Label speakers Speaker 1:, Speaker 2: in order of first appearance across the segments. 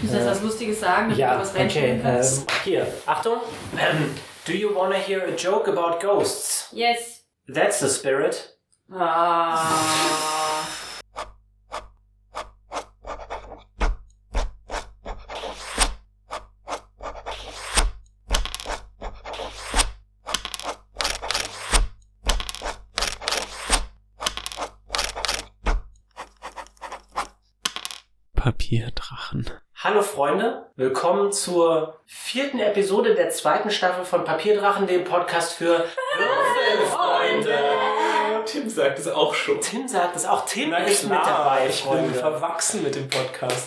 Speaker 1: Du sollst was Lustiges sagen, damit
Speaker 2: Ja,
Speaker 1: du was reinschneiden
Speaker 2: okay.
Speaker 1: kannst.
Speaker 2: Ähm, hier, Achtung. Ähm, Do you wanna hear a joke about ghosts?
Speaker 1: Yes.
Speaker 2: That's the spirit.
Speaker 1: Ah.
Speaker 3: Papierdrachen.
Speaker 2: Hallo Freunde, willkommen zur vierten Episode der zweiten Staffel von Papierdrachen, dem Podcast für
Speaker 4: Freunde! Tim sagt es auch schon.
Speaker 2: Tim sagt es auch. Tim
Speaker 4: Na
Speaker 2: ist mit
Speaker 4: klar,
Speaker 2: dabei,
Speaker 4: ich bin
Speaker 2: Freunde.
Speaker 4: verwachsen mit dem Podcast.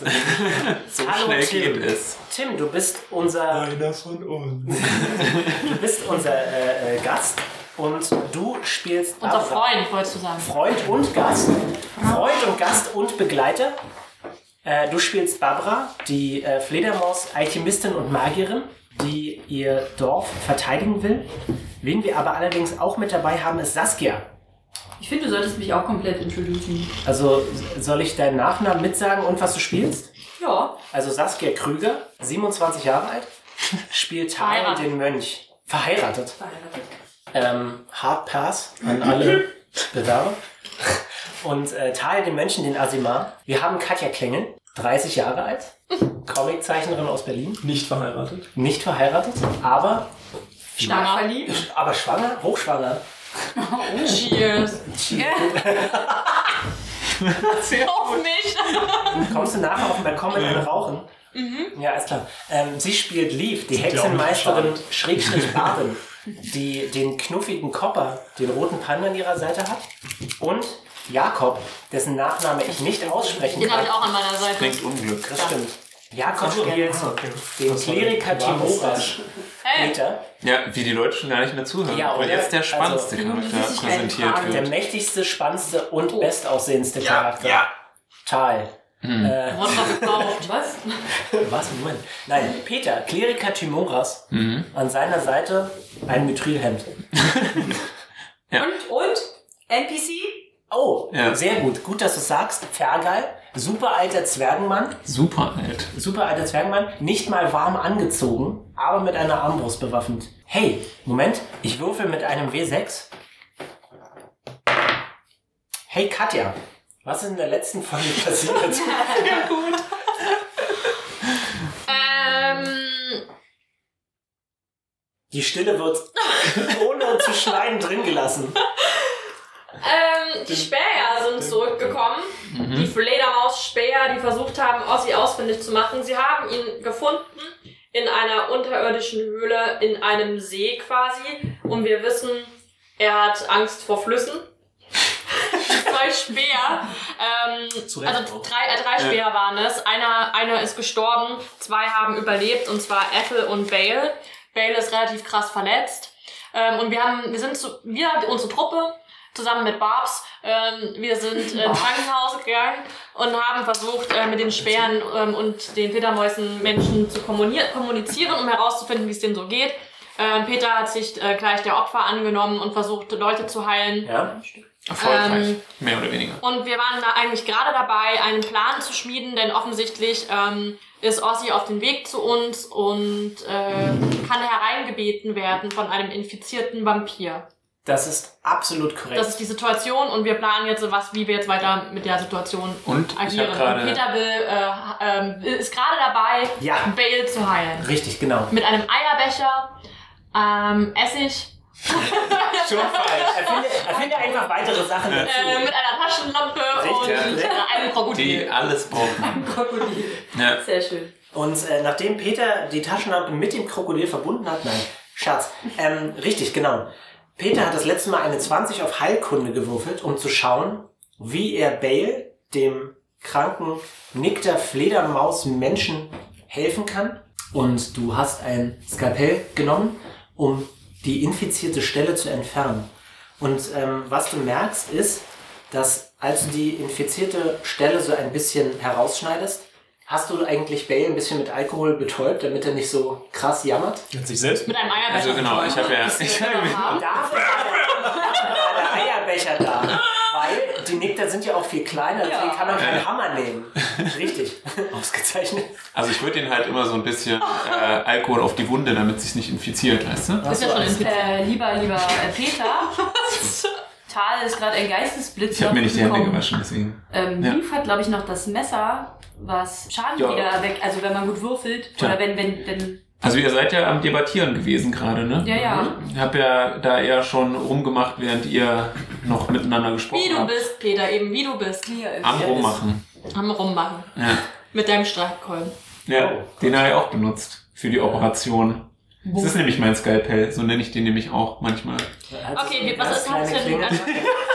Speaker 2: So
Speaker 4: schnell geht es.
Speaker 2: Tim, du bist unser,
Speaker 4: Einer von uns.
Speaker 2: du bist unser äh, äh, Gast und du spielst
Speaker 1: Unser
Speaker 2: Barbara.
Speaker 1: Freund, wolltest du sagen.
Speaker 2: Freund und Gast. Freund und Gast und Begleiter. Äh, du spielst Barbara, die äh, Fledermaus, Alchemistin und Magierin, die ihr Dorf verteidigen will. Wen wir aber allerdings auch mit dabei haben, ist Saskia.
Speaker 1: Ich finde, du solltest mich auch komplett introducen.
Speaker 2: Also s- soll ich deinen Nachnamen mitsagen und was du spielst?
Speaker 1: Ja.
Speaker 2: Also Saskia Krüger, 27 Jahre alt, spielt Tarn
Speaker 1: Verheiratet.
Speaker 2: den Mönch. Verheiratet.
Speaker 1: Verheiratet.
Speaker 2: Ähm, Hard Pass an alle Bewerber. Und äh, Tal den Mönchen, den Asimar. Wir haben Katja Klingel, 30 Jahre alt, Comiczeichnerin aus Berlin,
Speaker 4: Nicht verheiratet.
Speaker 2: nicht verheiratet, aber,
Speaker 1: Stark verliebt.
Speaker 2: aber schwanger, hochschwanger.
Speaker 1: Cheers. Auf mich.
Speaker 2: Kommst du nachher auf den Balkon mit einem Rauchen? Ja, ist klar. Ähm, sie spielt Leaf, die Hexenmeisterin Schrägstrich Baden, die den knuffigen Kopper, den roten Panda an ihrer Seite hat. Und Jakob, dessen Nachname ich nicht aussprechen
Speaker 1: Den
Speaker 2: kann.
Speaker 1: habe ich auch an meiner Seite.
Speaker 4: Bringt Unglück.
Speaker 2: Das stimmt. Jakob spielt den
Speaker 4: Das war
Speaker 2: Kleriker
Speaker 4: ein wahres
Speaker 2: Timoras.
Speaker 1: Hey.
Speaker 2: Peter,
Speaker 5: Ja, wie die Leute schon gar nicht mehr zuhören.
Speaker 2: Ja,
Speaker 5: Obwohl
Speaker 2: oder?
Speaker 5: jetzt der spannendste
Speaker 1: Also,
Speaker 5: Charakter
Speaker 1: die sich
Speaker 5: präsentiert
Speaker 1: eintragen.
Speaker 2: der
Speaker 5: wird.
Speaker 2: mächtigste, spannendste und bestaussehendste Charakter. Tal.
Speaker 1: Wort noch gebraucht. Was?
Speaker 2: Was? Moment. Nein, Peter, Kleriker Timoras, an seiner Seite ein Mithrilhemd.
Speaker 1: Und, und? NPC?
Speaker 2: Oh,
Speaker 5: Ja.
Speaker 2: sehr gut. Gut, dass du sagst. Fergal, super alter Zwergenmann,
Speaker 5: Super alt.
Speaker 2: super alter Zwergenmann, nicht mal warm angezogen, aber mit einer Armbrust bewaffnet. Hey, Moment, ich würfel mit einem W6. Hey Katja, was ist in der letzten Folge passiert?
Speaker 6: 嗯
Speaker 1: Ähm.
Speaker 2: Die Stille wird ohne zu schneiden drin gelassen.
Speaker 6: Ähm, die Späher sind zurückgekommen. Die Fledermaus-Späher, die versucht haben, Ossi ausfindig zu machen. Sie haben ihn gefunden in einer unterirdischen Höhle, in einem See quasi. Und wir wissen, er hat Angst vor Flüssen. Zwei Speer, ähm,
Speaker 2: Zu
Speaker 6: also
Speaker 2: Recht auch.
Speaker 6: drei, äh, drei Speer waren es. Einer, einer ist gestorben, zwei haben überlebt, und zwar Apple und Bale. Bale ist relativ krass verletzt. Ähm, und wir haben, wir sind zu, wir, unsere Truppe, zusammen mit Barbs, ähm, wir sind äh, ins Krankenhaus gegangen und haben versucht, äh, mit den Speeren ähm, und den Fledermäusen Menschen zu kommunier- kommunizieren, um herauszufinden, wie es denen so geht. Ähm, Peter hat sich äh, gleich der Opfer angenommen und versucht, Leute zu heilen.
Speaker 2: Ja?
Speaker 5: Erfolgreich.
Speaker 6: Ähm,
Speaker 5: mehr oder weniger.
Speaker 6: Und wir waren da eigentlich gerade dabei, einen Plan zu schmieden, denn offensichtlich ähm, ist Ossi auf dem Weg zu uns und äh, kann hereingebeten werden von einem infizierten Vampir.
Speaker 2: Das ist absolut korrekt.
Speaker 6: Das ist die Situation und wir planen jetzt, was, wie wir jetzt weiter mit der Situation
Speaker 5: Und ich
Speaker 6: agieren.
Speaker 5: habe
Speaker 6: Und
Speaker 5: gerade.
Speaker 6: Peter will, äh, ha- ähm, ist gerade dabei,
Speaker 2: ja,
Speaker 6: Bale zu heilen.
Speaker 2: richtig, genau.
Speaker 6: Mit einem Eierbecher, ähm, Essig,
Speaker 4: Schon falsch. Ähm.
Speaker 2: Erfinde, erfinde einfach weitere Sachen dazu.
Speaker 6: äh, mit einer Taschenlampe und äh,
Speaker 5: Richtig.
Speaker 6: einem
Speaker 5: Die
Speaker 6: Krokodil.
Speaker 5: alles brauchen.
Speaker 1: Krokodil.
Speaker 5: Ja.
Speaker 1: Sehr schön.
Speaker 2: Und äh, nachdem Peter die Taschenlampe mit dem Krokodil verbunden hat, nein, Schatz, ähm, richtig, genau. Peter hat das letzte Mal eine 20 auf Heilkunde gewürfelt, um zu schauen, wie er Bale, dem kranken Nickter Fledermaus-Menschen, helfen kann. Und du hast ein Skalpell genommen, um die infizierte Stelle zu entfernen. Und ähm, was du merkst, ist, dass als du die infizierte Stelle so ein bisschen herausschneidest, Hast du eigentlich Bale ein bisschen mit Alkohol betäubt, damit er nicht so krass jammert?
Speaker 4: Hat sich selbst
Speaker 6: Mit einem Eierbecher.
Speaker 5: Also genau, ich habe ja. Ich
Speaker 6: Genau, haben.
Speaker 2: Dafür war der Eierbecher da, weil die die Nickter sind ja auch viel kleiner, deswegen kann man keinen Hammer nehmen. Richtig. Ausgezeichnet.
Speaker 5: Also ich würde den halt immer so ein bisschen äh, Alkohol auf die Wunde, damit sich's nicht infiziert, weißt du?
Speaker 6: Ist ja schon
Speaker 2: alles
Speaker 6: infiziert.
Speaker 1: Äh, lieber, lieber äh, Peter. Tal ist gerade ein Geistesblitz.
Speaker 5: Ich habe mir nicht die Hände
Speaker 1: gekommen.
Speaker 5: gewaschen, deswegen.
Speaker 1: Ähm,
Speaker 5: Ja.
Speaker 1: Lief hat, glaube ich, noch das Messer, was Schaden
Speaker 5: Ja.
Speaker 1: wieder weg, also wenn man gut würfelt.
Speaker 5: Tja.
Speaker 1: Oder wenn, wenn, wenn.
Speaker 5: Also ihr seid ja am Debattieren gewesen gerade, ne?
Speaker 1: Ja, ja.
Speaker 5: Ich habe ja da eher schon rumgemacht, während ihr noch miteinander
Speaker 6: Wie
Speaker 5: gesprochen
Speaker 6: du
Speaker 5: habt.
Speaker 6: bist, Peter, eben wie du bist.
Speaker 5: Am Rummachen.
Speaker 6: Am Rummachen.
Speaker 5: Ja,
Speaker 6: Mit deinem Streitkolben.
Speaker 5: ja
Speaker 2: Oh, Gott.
Speaker 5: den habe ich auch benutzt für die Operation. Das ist nämlich mein Skalpell, so nenne ich den nämlich auch manchmal.
Speaker 6: Okay, wie- was ist
Speaker 2: also, das
Speaker 6: hast du denn?
Speaker 2: denn?
Speaker 6: Also,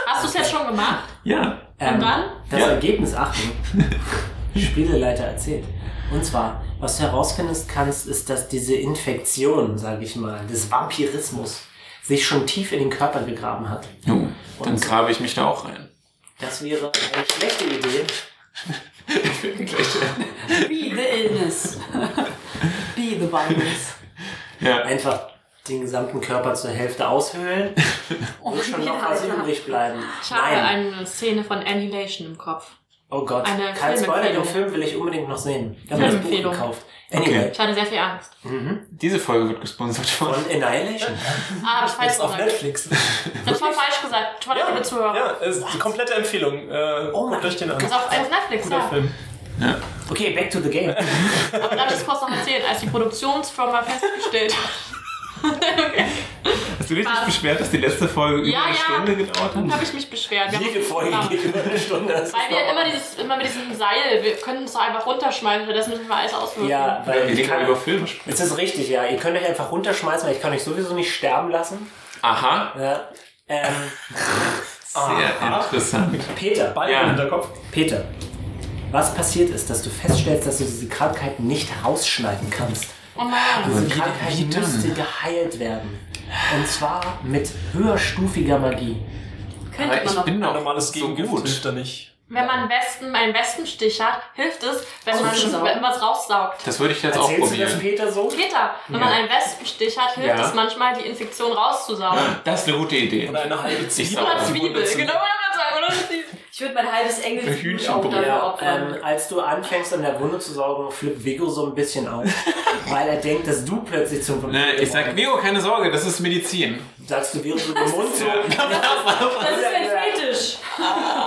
Speaker 6: hast du es jetzt schon gemacht?
Speaker 5: Ja,
Speaker 6: Und dann?
Speaker 2: Ähm, Das
Speaker 5: Ja.
Speaker 2: Ergebnis, Achtung, Spieleleiter erzählt. Und zwar, was du herausfinden kannst, ist, dass diese Infektion, sage ich mal, des Vampirismus sich schon tief in den Körper gegraben hat.
Speaker 5: Jo, dann
Speaker 2: Und-
Speaker 5: grabe ich mich da auch rein.
Speaker 2: Das wäre eine schlechte Idee.
Speaker 1: Be the illness. Be the virus.
Speaker 5: Ja,
Speaker 2: Einfach den gesamten Körper zur Hälfte aushöhlen,
Speaker 1: Oh,
Speaker 2: wird schon noch was übrig bleiben.
Speaker 6: Ich habe
Speaker 2: Nein.
Speaker 6: eine Szene von Annihilation im Kopf.
Speaker 2: Oh Gott,
Speaker 6: eine
Speaker 2: kein Spoiler, den
Speaker 6: Filmempfehlung.
Speaker 2: Film will ich unbedingt noch sehen. Ich habe mir das Buch
Speaker 6: Filmempfehlung.
Speaker 2: gekauft. Anyway,
Speaker 5: Okay.
Speaker 6: Ich hatte sehr viel Angst.
Speaker 2: mhm.
Speaker 5: diese Folge wird gesponsert von.
Speaker 2: von Annihilation.
Speaker 6: Ah, hab ich falsch
Speaker 2: Jetzt auf
Speaker 6: gesagt.
Speaker 2: Netflix.
Speaker 6: Das war falsch gesagt. Toll, liebe Zuhörer.
Speaker 4: ja, ist die komplette Empfehlung. Äh,
Speaker 2: Oh mein
Speaker 4: durch den
Speaker 6: Das
Speaker 4: an.
Speaker 6: ist auf, auf Netflix,
Speaker 4: Guter
Speaker 6: ja.
Speaker 4: Film.
Speaker 5: Ja.
Speaker 2: Okay, back to the game.
Speaker 6: Aber darf ich das kurz noch erzählen, als die Produktionsfirma festgestellt hat,
Speaker 5: Hast du dich
Speaker 6: Ah.
Speaker 5: nicht beschwert, dass die letzte Folge über
Speaker 6: Ja,
Speaker 5: eine
Speaker 6: ja.
Speaker 5: Stunde gedauert hat?
Speaker 6: habe ich mich beschwert. Wir haben-
Speaker 2: Jede Folge
Speaker 6: Ja.
Speaker 2: geht über eine Stunde. Das
Speaker 6: Weil
Speaker 2: ist
Speaker 6: wir
Speaker 2: normal.
Speaker 6: immer, dieses, immer mit diesem Seil, wir können es doch einfach runterschmeißen, stattdessen müssen wir alles auswürfen.
Speaker 2: Ja,
Speaker 5: Wir
Speaker 2: weil ich
Speaker 5: reden über
Speaker 2: kann,
Speaker 5: Filme sprechen.
Speaker 2: es ist richtig, ja. Ihr könnt euch einfach runterschmeißen, weil ich kann euch sowieso nicht sterben lassen.
Speaker 5: Aha,
Speaker 2: Ja. Ähm,
Speaker 5: sehr interessant.
Speaker 2: Peter,
Speaker 4: Ah, Ball
Speaker 5: Ja.
Speaker 4: im Hinterkopf.
Speaker 2: Peter, was passiert ist, dass du feststellst, dass du diese Krankheit nicht herausschneiden kannst.
Speaker 6: Oh nein.
Speaker 2: Diese
Speaker 5: wie-
Speaker 2: Krankheit
Speaker 5: wie dann?
Speaker 2: müsste Also geheilt werden. Und zwar mit höherstufiger Magie.
Speaker 1: Könnte
Speaker 5: Aber
Speaker 1: man
Speaker 5: ich
Speaker 1: noch.
Speaker 5: bin
Speaker 4: Ein
Speaker 5: doch
Speaker 4: normales
Speaker 5: so
Speaker 4: Gegengift hilft
Speaker 5: gut.
Speaker 4: da nicht.
Speaker 6: Wenn man Westen, einen Westenstich hat, hilft es, wenn man
Speaker 1: Raussaugen.
Speaker 6: wenn man es raussaugt.
Speaker 5: Das würde ich jetzt auch
Speaker 2: Erzählst du das
Speaker 5: probieren.
Speaker 2: Peter so?
Speaker 6: Peter, wenn man einen Wespenstich hat, hilft
Speaker 5: Ja.
Speaker 6: es manchmal, die Infektion rauszusaugen.
Speaker 5: Das ist eine gute Idee.
Speaker 4: Oder eine halbe
Speaker 5: Ich
Speaker 4: Zwiebel.
Speaker 5: sauge
Speaker 6: Oder
Speaker 5: die
Speaker 6: Zwiebel,
Speaker 5: Wunde zu.
Speaker 6: genau, oder was sagen, oder?
Speaker 1: Ich würde mein halbes Engel
Speaker 5: Hühnchen-
Speaker 1: auch dafür
Speaker 2: Ja,
Speaker 1: opfern.
Speaker 2: ähm, als du anfängst, an der Wunde zu saugen, flippt Vigo so ein bisschen auf, weil er denkt, dass du plötzlich zum Vampir
Speaker 5: Ne, ich sag,
Speaker 2: geworden
Speaker 5: Vigo, keine Sorge, das ist Medizin.
Speaker 2: bist. Sagst du, Vigo so den Mund so.
Speaker 1: Das ist mein Fetisch.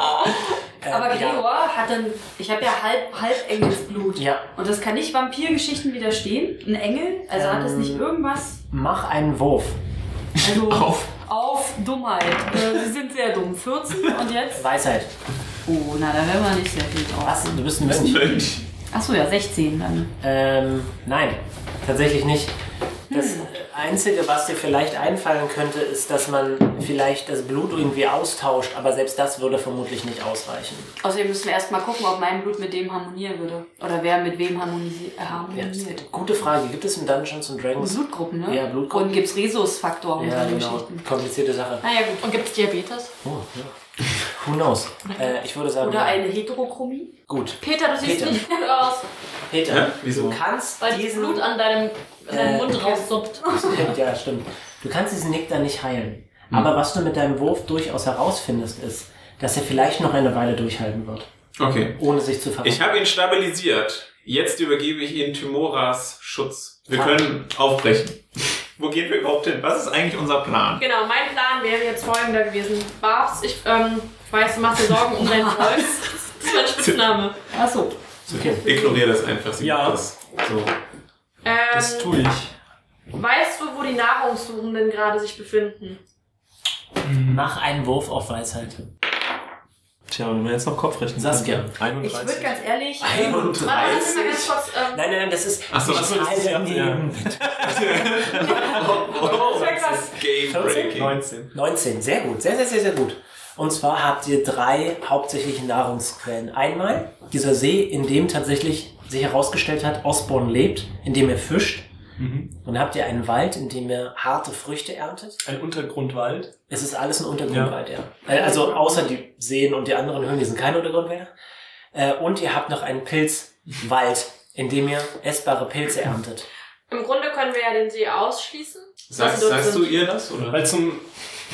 Speaker 1: Aber
Speaker 2: Ähm, ja.
Speaker 1: Gregor hat dann, ich habe ja halb, halb Engelsblut.
Speaker 2: Ja.
Speaker 1: Und das kann nicht Vampirgeschichten widerstehen. Ein Engel, also hat das
Speaker 2: Ähm.
Speaker 1: nicht irgendwas.
Speaker 2: Mach einen Wurf.
Speaker 1: Also
Speaker 5: Auf.
Speaker 1: auf Dummheit. Äh, Sie sind sehr dumm. 14 und jetzt?
Speaker 2: Weisheit.
Speaker 1: Oh, na, da werden wir nicht sehr viel drauf.
Speaker 2: Was? Du bist ein Mönch.
Speaker 1: Achso, ja, 16 dann.
Speaker 2: Ähm, nein, tatsächlich nicht. Das Einzige, was dir vielleicht einfallen könnte, ist, dass man vielleicht das Blut irgendwie austauscht, aber selbst das würde vermutlich nicht ausreichen.
Speaker 1: Außerdem müssen Also wir erstmal gucken, ob mein Blut mit dem harmonieren würde. Oder wer mit wem harmonisi- äh, harmoniert.
Speaker 2: Gute Frage. Gibt es in Dungeons and Dragons?
Speaker 1: Blutgruppen, ne?
Speaker 2: Ja, Blutgruppen.
Speaker 1: Und gibt's Rhesus-Faktor und
Speaker 2: Ja,
Speaker 1: solche
Speaker 2: genau.
Speaker 1: Geschichten.
Speaker 2: Komplizierte Sache.
Speaker 1: Naja, gut.
Speaker 6: Ah Und gibt es Diabetes?
Speaker 2: Oh, ja. Who knows? Äh, ich würde sagen,
Speaker 1: Oder eine Heterochromie?
Speaker 2: gut.
Speaker 6: Peter, du siehst
Speaker 2: Peter.
Speaker 6: nicht gut aus,
Speaker 2: Peter,
Speaker 5: Ja, wieso?
Speaker 2: du kannst
Speaker 6: weil das
Speaker 2: diesen...
Speaker 6: Blut an deinem, an deinem
Speaker 2: Äh,
Speaker 6: Mund raussuppt.
Speaker 2: ja, stimmt. Du kannst diesen Nick dann nicht heilen. Aber was du mit deinem Wurf durchaus herausfindest, ist, dass er vielleicht noch eine Weile durchhalten wird,
Speaker 5: Okay.
Speaker 2: ohne sich zu verwandeln.
Speaker 4: Ich habe ihn stabilisiert. Jetzt übergebe ich ihn Timoras Schutz. Wir können aufbrechen. Wo gehen wir überhaupt hin? Was ist eigentlich unser Plan?
Speaker 6: Genau, mein Plan wäre jetzt folgender gewesen. Barbs, ich, ähm, ich weiß, du machst dir Sorgen um deinen Holz. Das ist mein Spitzname.
Speaker 1: Achso.
Speaker 2: Okay.
Speaker 5: Ignoriere das einfach. sie
Speaker 4: Ja.
Speaker 5: macht Das. So.
Speaker 4: Das
Speaker 6: Ähm,
Speaker 4: tue ich.
Speaker 6: weißt du, wo die Nahrungssuchenden gerade sich befinden?
Speaker 2: Mach einen Wurf auf Weisheit.
Speaker 4: Tja, wenn wir jetzt noch Kopf rechnen.
Speaker 2: Saskia.
Speaker 4: können.
Speaker 1: Ich würde ganz ehrlich.
Speaker 6: Warte, lass mich mal ganz kurz. Ähm,
Speaker 2: Nein, nein, nein, das ist.
Speaker 5: Ach so,
Speaker 2: ich
Speaker 5: ach so,
Speaker 4: das ist-
Speaker 2: teile
Speaker 4: ja,
Speaker 2: neben-
Speaker 6: das
Speaker 5: Oh,
Speaker 6: wär krass.
Speaker 5: Game
Speaker 2: 14?
Speaker 5: Breaking.
Speaker 4: 19.
Speaker 2: 19, sehr gut, sehr, sehr, sehr, sehr gut. Und zwar habt ihr drei hauptsächliche Nahrungsquellen. Einmal dieser See, in dem tatsächlich sich herausgestellt hat, Osborn lebt, in dem er fischt.
Speaker 4: Mhm.
Speaker 2: Dann habt ihr einen Wald, in dem er harte Früchte erntet.
Speaker 4: Ein Untergrundwald.
Speaker 2: Es ist alles ein Untergrundwald, ja. Äh, Also außer die Seen und die anderen Höhlen, die sind keine Untergrundwälder. Äh, Und ihr habt noch einen Pilzwald, in dem ihr essbare Pilze erntet.
Speaker 6: ähm, Im Grunde können wir ja den See ausschließen.
Speaker 5: Sagst,
Speaker 6: Also,
Speaker 5: sagst du
Speaker 6: sind-
Speaker 3: halt
Speaker 5: ihr das? Oder?
Speaker 4: Weil zum.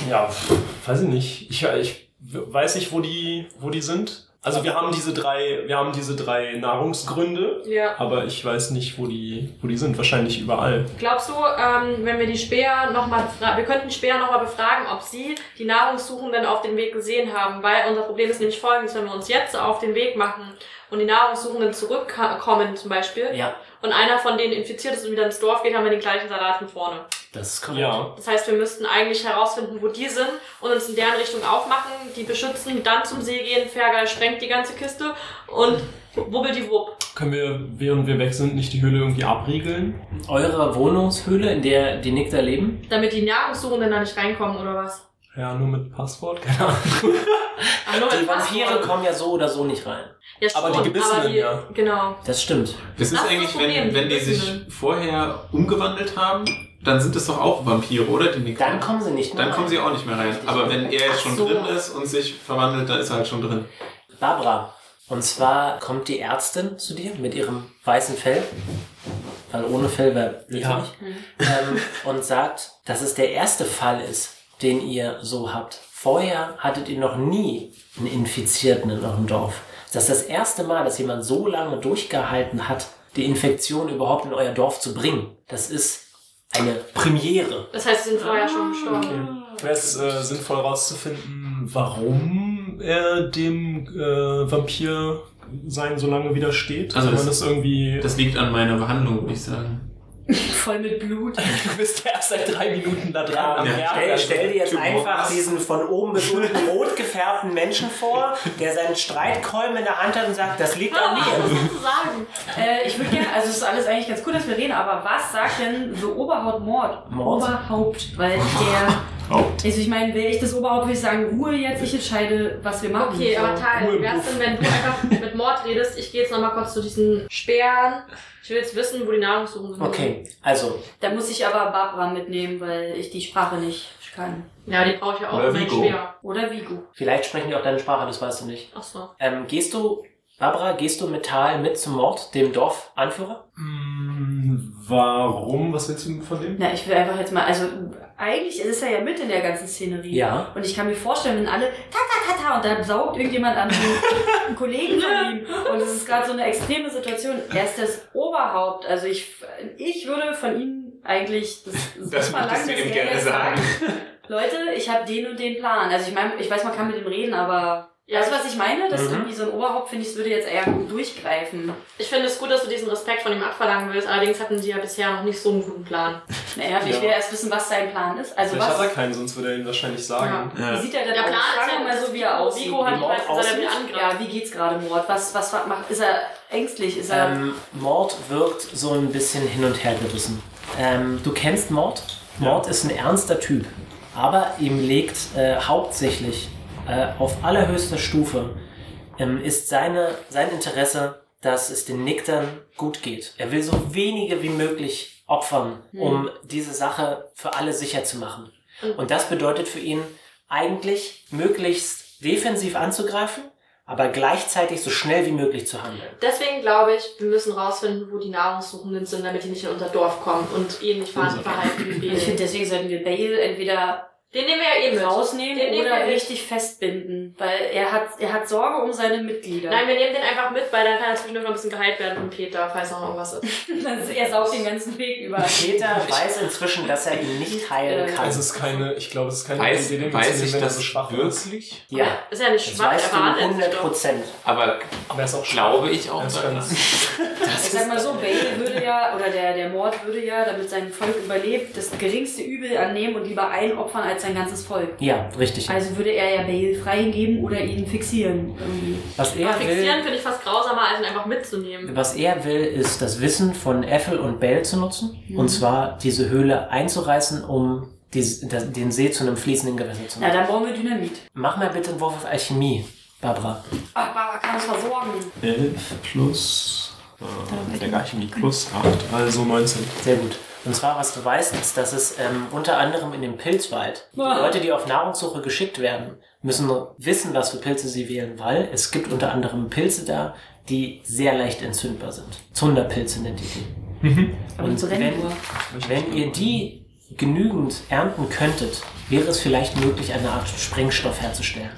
Speaker 4: Ja, pff, weiß ich nicht. Ich, ich
Speaker 3: we- weiß ich, wo die, wo die sind. Also wir haben diese drei, wir haben diese drei Nahrungsgründe,
Speaker 6: Ja.
Speaker 3: aber ich weiß nicht, wo die, wo die sind. Wahrscheinlich überall.
Speaker 6: Glaubst du, ähm, wenn wir die Speer nochmal, wir könnten Speer nochmal befragen, ob sie die Nahrungssuchenden auf dem Weg gesehen haben? Weil unser Problem ist nämlich folgendes, wenn wir uns jetzt auf den Weg machen und die Nahrungssuchenden zurückkommen zum Beispiel
Speaker 2: Ja,
Speaker 6: und einer von denen infiziert ist und wieder ins Dorf geht, haben wir den gleichen Salat von vorne.
Speaker 2: das ist korrekt.
Speaker 3: Ja.
Speaker 6: Das heißt, wir müssten eigentlich herausfinden, wo die sind und uns in deren Richtung aufmachen, die beschützen, dann zum See gehen, Fergal sprengt die ganze Kiste und wubbel die wupp.
Speaker 3: Können wir, während wir weg sind, nicht die Höhle irgendwie abriegeln?
Speaker 2: Eure Wohnungshöhle, in der die Nick da leben?
Speaker 6: Damit die Nahrungssuchenden da nicht reinkommen oder was? Ah,
Speaker 3: Ja, nur mit Passwort, keine Ahnung.
Speaker 5: Ah,
Speaker 6: Ach, nur
Speaker 2: Die
Speaker 6: mit
Speaker 2: Vampire
Speaker 6: Passwort.
Speaker 2: kommen ja so oder so nicht rein.
Speaker 6: Ja, schon,
Speaker 3: aber die Gebissenen, ja.
Speaker 6: Genau.
Speaker 2: Das stimmt.
Speaker 5: Das ist
Speaker 6: Ach, das
Speaker 5: eigentlich,
Speaker 6: Problem,
Speaker 5: wenn, wenn die
Speaker 6: die
Speaker 5: sich
Speaker 6: wissen.
Speaker 5: vorher umgewandelt haben, dann sind es doch auch Vampire, oder? Die Necron-
Speaker 2: Dann kommen sie nicht mehr
Speaker 5: dann kommen
Speaker 2: rein.
Speaker 5: sie auch nicht mehr rein.
Speaker 2: Richtig.
Speaker 5: Aber wenn er
Speaker 2: Ach
Speaker 5: jetzt schon
Speaker 2: so.
Speaker 5: drin ist und sich verwandelt, dann ist er halt schon drin.
Speaker 2: Barbara, und zwar kommt die Ärztin zu dir mit ihrem weißen Fell, weil ohne Fell wäre
Speaker 3: Ja.
Speaker 2: nicht, ähm, und sagt, dass es der erste Fall ist, den ihr so habt. Vorher hattet ihr noch nie einen Infizierten in eurem Dorf. Das ist das erste Mal, dass jemand so lange durchgehalten hat, die Infektion überhaupt in euer Dorf zu bringen. Das ist eine Premiere.
Speaker 6: Das heißt, sie sind vorher
Speaker 1: Ah.
Speaker 6: schon gestorben.
Speaker 3: Wäre es äh, sinnvoll rauszufinden, warum er dem äh, Vampir sein so lange widersteht?
Speaker 5: Also
Speaker 3: Also
Speaker 5: das-
Speaker 3: man das irgendwie.
Speaker 5: Das liegt an meiner Behandlung, würde ich sagen.
Speaker 1: Voll mit Blut.
Speaker 3: du bist ja erst seit drei Minuten da
Speaker 2: Ja,
Speaker 5: Ja,
Speaker 2: stell, stell dir jetzt
Speaker 5: Typ
Speaker 2: einfach
Speaker 5: Ross.
Speaker 2: diesen von oben bis unten rot gefärbten Menschen vor, der seinen Streitkolben in der Hand hat und sagt, das liegt
Speaker 1: Ah,
Speaker 2: an mir.
Speaker 6: Sozusagen.
Speaker 1: Äh, ich würde gerne, also es ist alles eigentlich ganz cool, dass wir reden, aber was sagt denn so Oberhauptmord?
Speaker 2: Mord?
Speaker 1: Oberhaupt, weil der.
Speaker 5: Haupt.
Speaker 1: Also ich meine, wäre ich das Oberhaupt, würde ich sagen, Ruhe jetzt, ich entscheide, was wir machen.
Speaker 6: Okay,
Speaker 1: So.
Speaker 6: aber Tal, wär's denn, wenn du einfach mit Mord redest? Ich gehe jetzt nochmal kurz zu diesen Speeren. Ich will jetzt wissen, wo die Nahrungssuchenden sind.
Speaker 2: Okay, also,
Speaker 1: Da muss ich aber Barbara mitnehmen, weil ich die Sprache nicht kann.
Speaker 6: Ja, die brauche ich ja auch.
Speaker 5: Oder
Speaker 6: mein
Speaker 5: Vigo.
Speaker 6: Speer.
Speaker 1: Oder Vigo.
Speaker 2: vielleicht sprechen die auch deine Sprache, das weißt du nicht.
Speaker 6: Ach so.
Speaker 2: Ähm, gehst du, Barbara, gehst du mit Tal mit zum Mord, dem Dorfanführer?
Speaker 3: Hm, Warum? Was willst du von dem?
Speaker 1: Na, ich will einfach jetzt mal, also eigentlich ist er ja mit in der ganzen Szenerie.
Speaker 2: Ja.
Speaker 1: Und ich kann mir vorstellen, wenn alle ta ta ta ta und dann saugt irgendjemand an den einen Kollegen von ihm. Und es ist gerade so eine extreme Situation. Er ist das Oberhaupt. Also ich, ich würde von ihm eigentlich das,
Speaker 5: Das
Speaker 1: super
Speaker 5: möchtest
Speaker 1: lang, dass
Speaker 5: du ihm
Speaker 1: er
Speaker 5: gerne
Speaker 1: jetzt
Speaker 5: sagen.
Speaker 1: sagt, Leute, ich habe den und den Plan. Also ich meine, ich weiß, man kann mit ihm reden, aber
Speaker 6: Ja, also
Speaker 1: weißt du, was ich meine? Das
Speaker 2: Mhm.
Speaker 1: irgendwie so ein Oberhaupt, finde ich, würde jetzt eher gut durchgreifen.
Speaker 6: Ich finde es gut, dass du diesen Respekt von ihm abverlangen willst. Allerdings hatten die ja bisher noch nicht so einen guten Plan.
Speaker 1: Naja, ich
Speaker 3: Ja.
Speaker 1: will erst wissen, was sein Plan ist. Also
Speaker 3: Vielleicht
Speaker 1: was,
Speaker 3: hat er keinen, sonst würde er ihn wahrscheinlich sagen.
Speaker 1: wie
Speaker 5: Ja.
Speaker 1: sieht er denn
Speaker 6: Der
Speaker 1: aus?
Speaker 6: Plan ist
Speaker 1: Fragen
Speaker 6: ja,
Speaker 1: wir mal so, wie er
Speaker 6: Vigo
Speaker 1: aussieht.
Speaker 6: Also, hat halt
Speaker 2: wie Mord
Speaker 6: meistens seine
Speaker 2: aussieht?
Speaker 6: Angriff.
Speaker 1: Ja, wie geht's gerade, Mord? Was, was, was macht? Ist er ängstlich? Ist er.
Speaker 2: Ähm, Mord wirkt so ein bisschen hin und her gerissen. Ähm, du kennst Mord? Mord ist ein ernster Typ, aber ihm legt äh, hauptsächlich äh, auf allerhöchster Stufe ähm, ist seine, sein Interesse, dass es den Niktern gut geht. Er will so wenige wie möglich opfern, um diese Sache für alle sicher zu machen. Und das bedeutet für ihn eigentlich möglichst defensiv anzugreifen, aber gleichzeitig so schnell wie möglich zu handeln.
Speaker 6: Deswegen glaube ich, wir müssen rausfinden, wo die Nahrungssuchenden sind, damit die nicht in unser Dorf kommen und ähnlich ver- verhalten wie
Speaker 1: ich finde,
Speaker 6: wir.
Speaker 1: deswegen sollten wir Bale entweder
Speaker 6: Den nehmen wir ja eh eben raus.
Speaker 1: rausnehmen
Speaker 6: Den nehmen
Speaker 1: oder
Speaker 6: wir mit.
Speaker 1: richtig festbinden, weil er hat, er hat Sorge um seine Mitglieder.
Speaker 6: Nein, wir nehmen den einfach mit, weil dann kann er zwischendurch noch ein bisschen geheilt werden von Peter, falls noch irgendwas ist.
Speaker 1: Also er saugt den ganzen Weg über.
Speaker 2: Peter weiß inzwischen, dass er ihn nicht
Speaker 1: Äh,
Speaker 2: heilen kann.
Speaker 3: Also Es ist keine, ich glaube, es ist keine
Speaker 5: Weiß, weiß
Speaker 3: den mitzunehmen,
Speaker 5: ich
Speaker 3: wenn er
Speaker 5: das
Speaker 3: so schwach ist.
Speaker 5: wirklich?
Speaker 2: ja,
Speaker 6: Ist ja nicht
Speaker 2: das
Speaker 6: schwach,
Speaker 2: weißt
Speaker 6: er
Speaker 2: du
Speaker 6: verhandelt
Speaker 2: 100
Speaker 6: sich doch.
Speaker 2: Prozent.
Speaker 5: Aber
Speaker 3: Aber er ist auch
Speaker 5: glaube ich auch
Speaker 3: Das
Speaker 5: daran.
Speaker 3: kann-
Speaker 1: Ich sag mal so, Bale würde ja, oder der, der Mord würde ja, damit sein Volk überlebt, das geringste Übel annehmen und lieber einen opfern als sein ganzes Volk.
Speaker 2: Ja, richtig.
Speaker 1: Also würde er ja Bale freigeben oder ihn fixieren. Irgendwie.
Speaker 2: Was
Speaker 6: Aber
Speaker 2: er
Speaker 6: fixieren
Speaker 2: will,
Speaker 6: finde ich fast grausamer, als ihn einfach mitzunehmen.
Speaker 2: was er will, ist das Wissen von Ethel und Bell zu nutzen.
Speaker 1: Mhm.
Speaker 2: Und zwar diese Höhle einzureißen, um die, das, den See zu einem fließenden Gewässer zu
Speaker 1: Na,
Speaker 2: machen.
Speaker 1: dann brauchen wir Dynamit.
Speaker 2: Mach mal bitte einen Wurf auf Alchemie, Barbara.
Speaker 1: Ach, Barbara kann uns versorgen.
Speaker 5: 11 plus äh, der Alchemie plus 8.
Speaker 3: Also 19.
Speaker 2: Sehr gut. Und zwar, was du weißt, ist, dass es ähm, unter anderem in dem Pilzwald, die Leute, die auf Nahrungssuche geschickt werden, müssen wissen, was für Pilze sie wählen, weil es gibt unter anderem Pilze da, die sehr leicht entzündbar sind. Zunderpilze nennt ihr die.
Speaker 1: Aber
Speaker 2: Und
Speaker 1: zu rennen
Speaker 2: wenn-
Speaker 1: nur.
Speaker 2: Wenn ihr die genügend ernten könntet, wäre es vielleicht möglich, eine Art Sprengstoff herzustellen.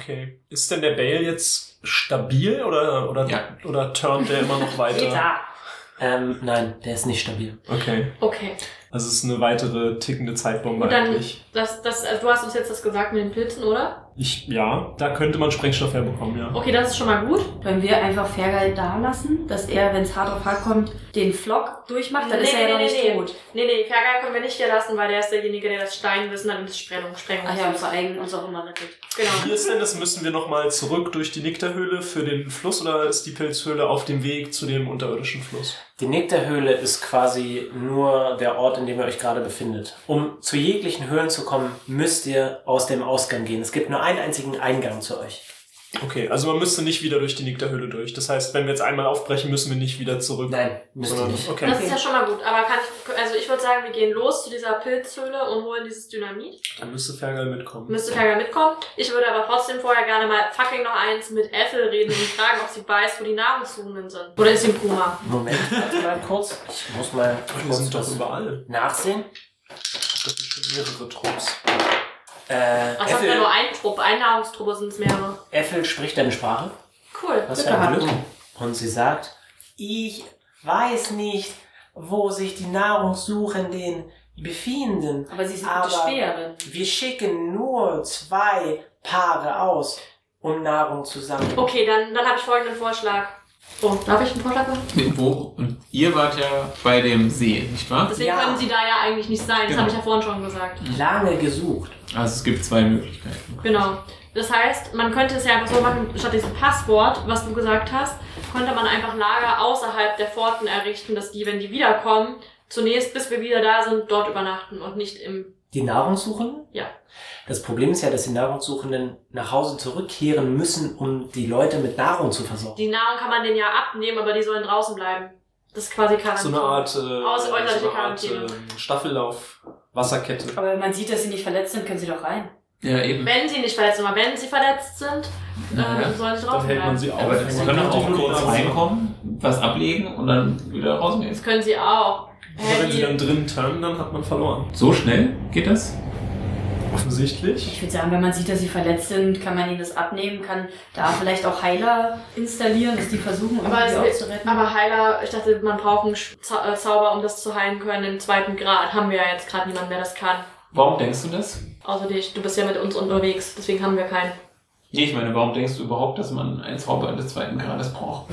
Speaker 3: Okay. Ist denn der Bale jetzt stabil oder, oder,
Speaker 5: Ja.
Speaker 3: oder turnt der immer noch
Speaker 1: Geht
Speaker 3: weiter?
Speaker 1: da.
Speaker 2: Ähm, nein, der ist nicht stabil.
Speaker 3: Okay.
Speaker 6: Okay.
Speaker 3: Also es ist eine weitere tickende Zeitbombe
Speaker 6: Und dann,
Speaker 3: eigentlich.
Speaker 6: das, das, also du hast uns jetzt das gesagt mit den Pilzen, oder?
Speaker 3: Ich, ja, da könnte man Sprengstoff herbekommen, ja.
Speaker 6: Okay, das ist schon mal gut.
Speaker 1: Können wir einfach Fergal da lassen, dass er, wenn es hart auf hart kommt, den Flock durchmacht, dann ist er ja noch nicht tot.
Speaker 6: Nee, nee, Fergal können wir nicht hier lassen, weil der ist derjenige, der das Steinwissen an die Sprengung, Sprengung
Speaker 1: Ach ja, und vor allem uns auch immer rettet.
Speaker 3: Wie
Speaker 6: Genau.
Speaker 3: ist denn das? Müssen wir nochmal zurück durch die Nikterhöhle für den Fluss oder ist die Pilzhöhle auf dem Weg zu dem unterirdischen Fluss?
Speaker 2: Die Nektarhöhle ist quasi nur der Ort, in dem ihr euch gerade befindet. Um zu jeglichen Höhlen zu kommen, müsst ihr aus dem Ausgang gehen. Es gibt nur einen einzigen Eingang zu euch.
Speaker 3: Okay, also man müsste nicht wieder durch die Nikterhöhle durch. Das heißt, wenn wir jetzt einmal aufbrechen, müssen wir nicht wieder zurück.
Speaker 2: Nein, müsst ihr
Speaker 3: Sondern-
Speaker 2: nicht.
Speaker 3: Okay.
Speaker 6: Das ist ja schon mal gut. Aber kann ich, also ich würde sagen, wir gehen los zu dieser Pilzhöhle und holen dieses Dynamit.
Speaker 3: Dann müsste Fergal mitkommen.
Speaker 6: Müsste Fergal mitkommen. Ich würde aber trotzdem vorher gerne mal fucking noch eins mit Ethel reden und fragen, ob sie weiß, wo die Nahrungssuchenden sind. Oder ist sie im Koma?
Speaker 2: Moment, warte mal kurz. Ich muss mal
Speaker 3: Wir
Speaker 2: kurz
Speaker 3: sind doch
Speaker 2: was
Speaker 3: überall.
Speaker 2: nachsehen.
Speaker 3: Das sind schon mehrere Trupps.
Speaker 2: Äh,
Speaker 6: Ach, das ist ja
Speaker 2: Äffel,
Speaker 6: nur ein Trupp. Ein Nahrungstruppe sind es mehrere.
Speaker 2: Äffel spricht deine Sprache.
Speaker 6: Cool.
Speaker 2: Was
Speaker 1: Glück
Speaker 2: für ein
Speaker 1: gehabt.
Speaker 2: Glück. Und sie sagt, ich weiß nicht, wo sich die Nahrungssuchenden befinden.
Speaker 1: Aber sie ist eine
Speaker 2: Aber-
Speaker 1: gute Speerin.
Speaker 2: Wir schicken nur zwei Paare aus, um Nahrung zu sammeln.
Speaker 6: Okay, dann, dann habe ich folgenden Vorschlag. Oh, darf ich einen Vorschlag machen?
Speaker 5: Nee, Wo? Und ihr wart ja bei dem See, nicht wahr?
Speaker 6: Deswegen
Speaker 2: Ja.
Speaker 6: können sie da ja eigentlich nicht sein. Das
Speaker 5: Genau.
Speaker 6: habe ich ja vorhin schon gesagt.
Speaker 2: Lange gesucht.
Speaker 5: Also es gibt zwei Möglichkeiten.
Speaker 6: Genau. Das heißt, man könnte es ja einfach so machen, statt diesem Passwort, was du gesagt hast, könnte man einfach Lager außerhalb der Pforten errichten, dass die, wenn die wiederkommen, zunächst, bis wir wieder da sind, dort übernachten und nicht im...
Speaker 2: Die Nahrungssuchenden?
Speaker 6: Ja.
Speaker 2: Das Problem ist ja, dass die Nahrungssuchenden nach Hause zurückkehren müssen, um die Leute mit Nahrung zu versorgen.
Speaker 6: Die Nahrung kann man denen ja abnehmen, aber die sollen draußen bleiben. Das ist quasi
Speaker 3: So
Speaker 6: Quarantäne.
Speaker 3: eine Art, äh, so
Speaker 6: äußerliche
Speaker 3: eine Art
Speaker 6: Quarantäne.
Speaker 3: ähm, Staffellauf, Wasserkette.
Speaker 1: Aber wenn man sieht, dass sie nicht verletzt sind, können sie doch rein.
Speaker 5: Ja, eben.
Speaker 6: Wenn sie nicht verletzt sind, aber wenn sie verletzt sind, äh,
Speaker 5: Naja.
Speaker 6: sollen sie
Speaker 3: Dann
Speaker 6: draußen
Speaker 3: hält man
Speaker 6: bleiben.
Speaker 3: sie auf.
Speaker 5: Aber wir können doch auch kurz reinkommen, was ablegen und dann wieder rausgehen.
Speaker 6: Das können sie
Speaker 3: Aber
Speaker 6: auch.
Speaker 3: wenn sie
Speaker 6: Hey,
Speaker 3: dann drin turnen, dann hat man verloren.
Speaker 5: So schnell geht das?
Speaker 3: Offensichtlich.
Speaker 1: Ich würde sagen, wenn man sieht, dass sie verletzt sind, kann man ihnen das abnehmen, kann da vielleicht auch Heiler installieren, dass die versuchen,
Speaker 6: Aber,
Speaker 1: irgendwie
Speaker 6: es,
Speaker 1: aufzuretten.
Speaker 6: aber Heiler, ich dachte, man braucht einen Sch- Zau- äh, Zauber, um das zu heilen können. Im zweiten Grad haben wir ja jetzt gerade niemanden, der das kann.
Speaker 5: Warum denkst du das?
Speaker 6: Außer dich. Du bist ja mit uns unterwegs, deswegen haben wir keinen.
Speaker 5: Nee, ich meine, warum denkst du überhaupt, dass man einen Zauber des zweiten Grades braucht?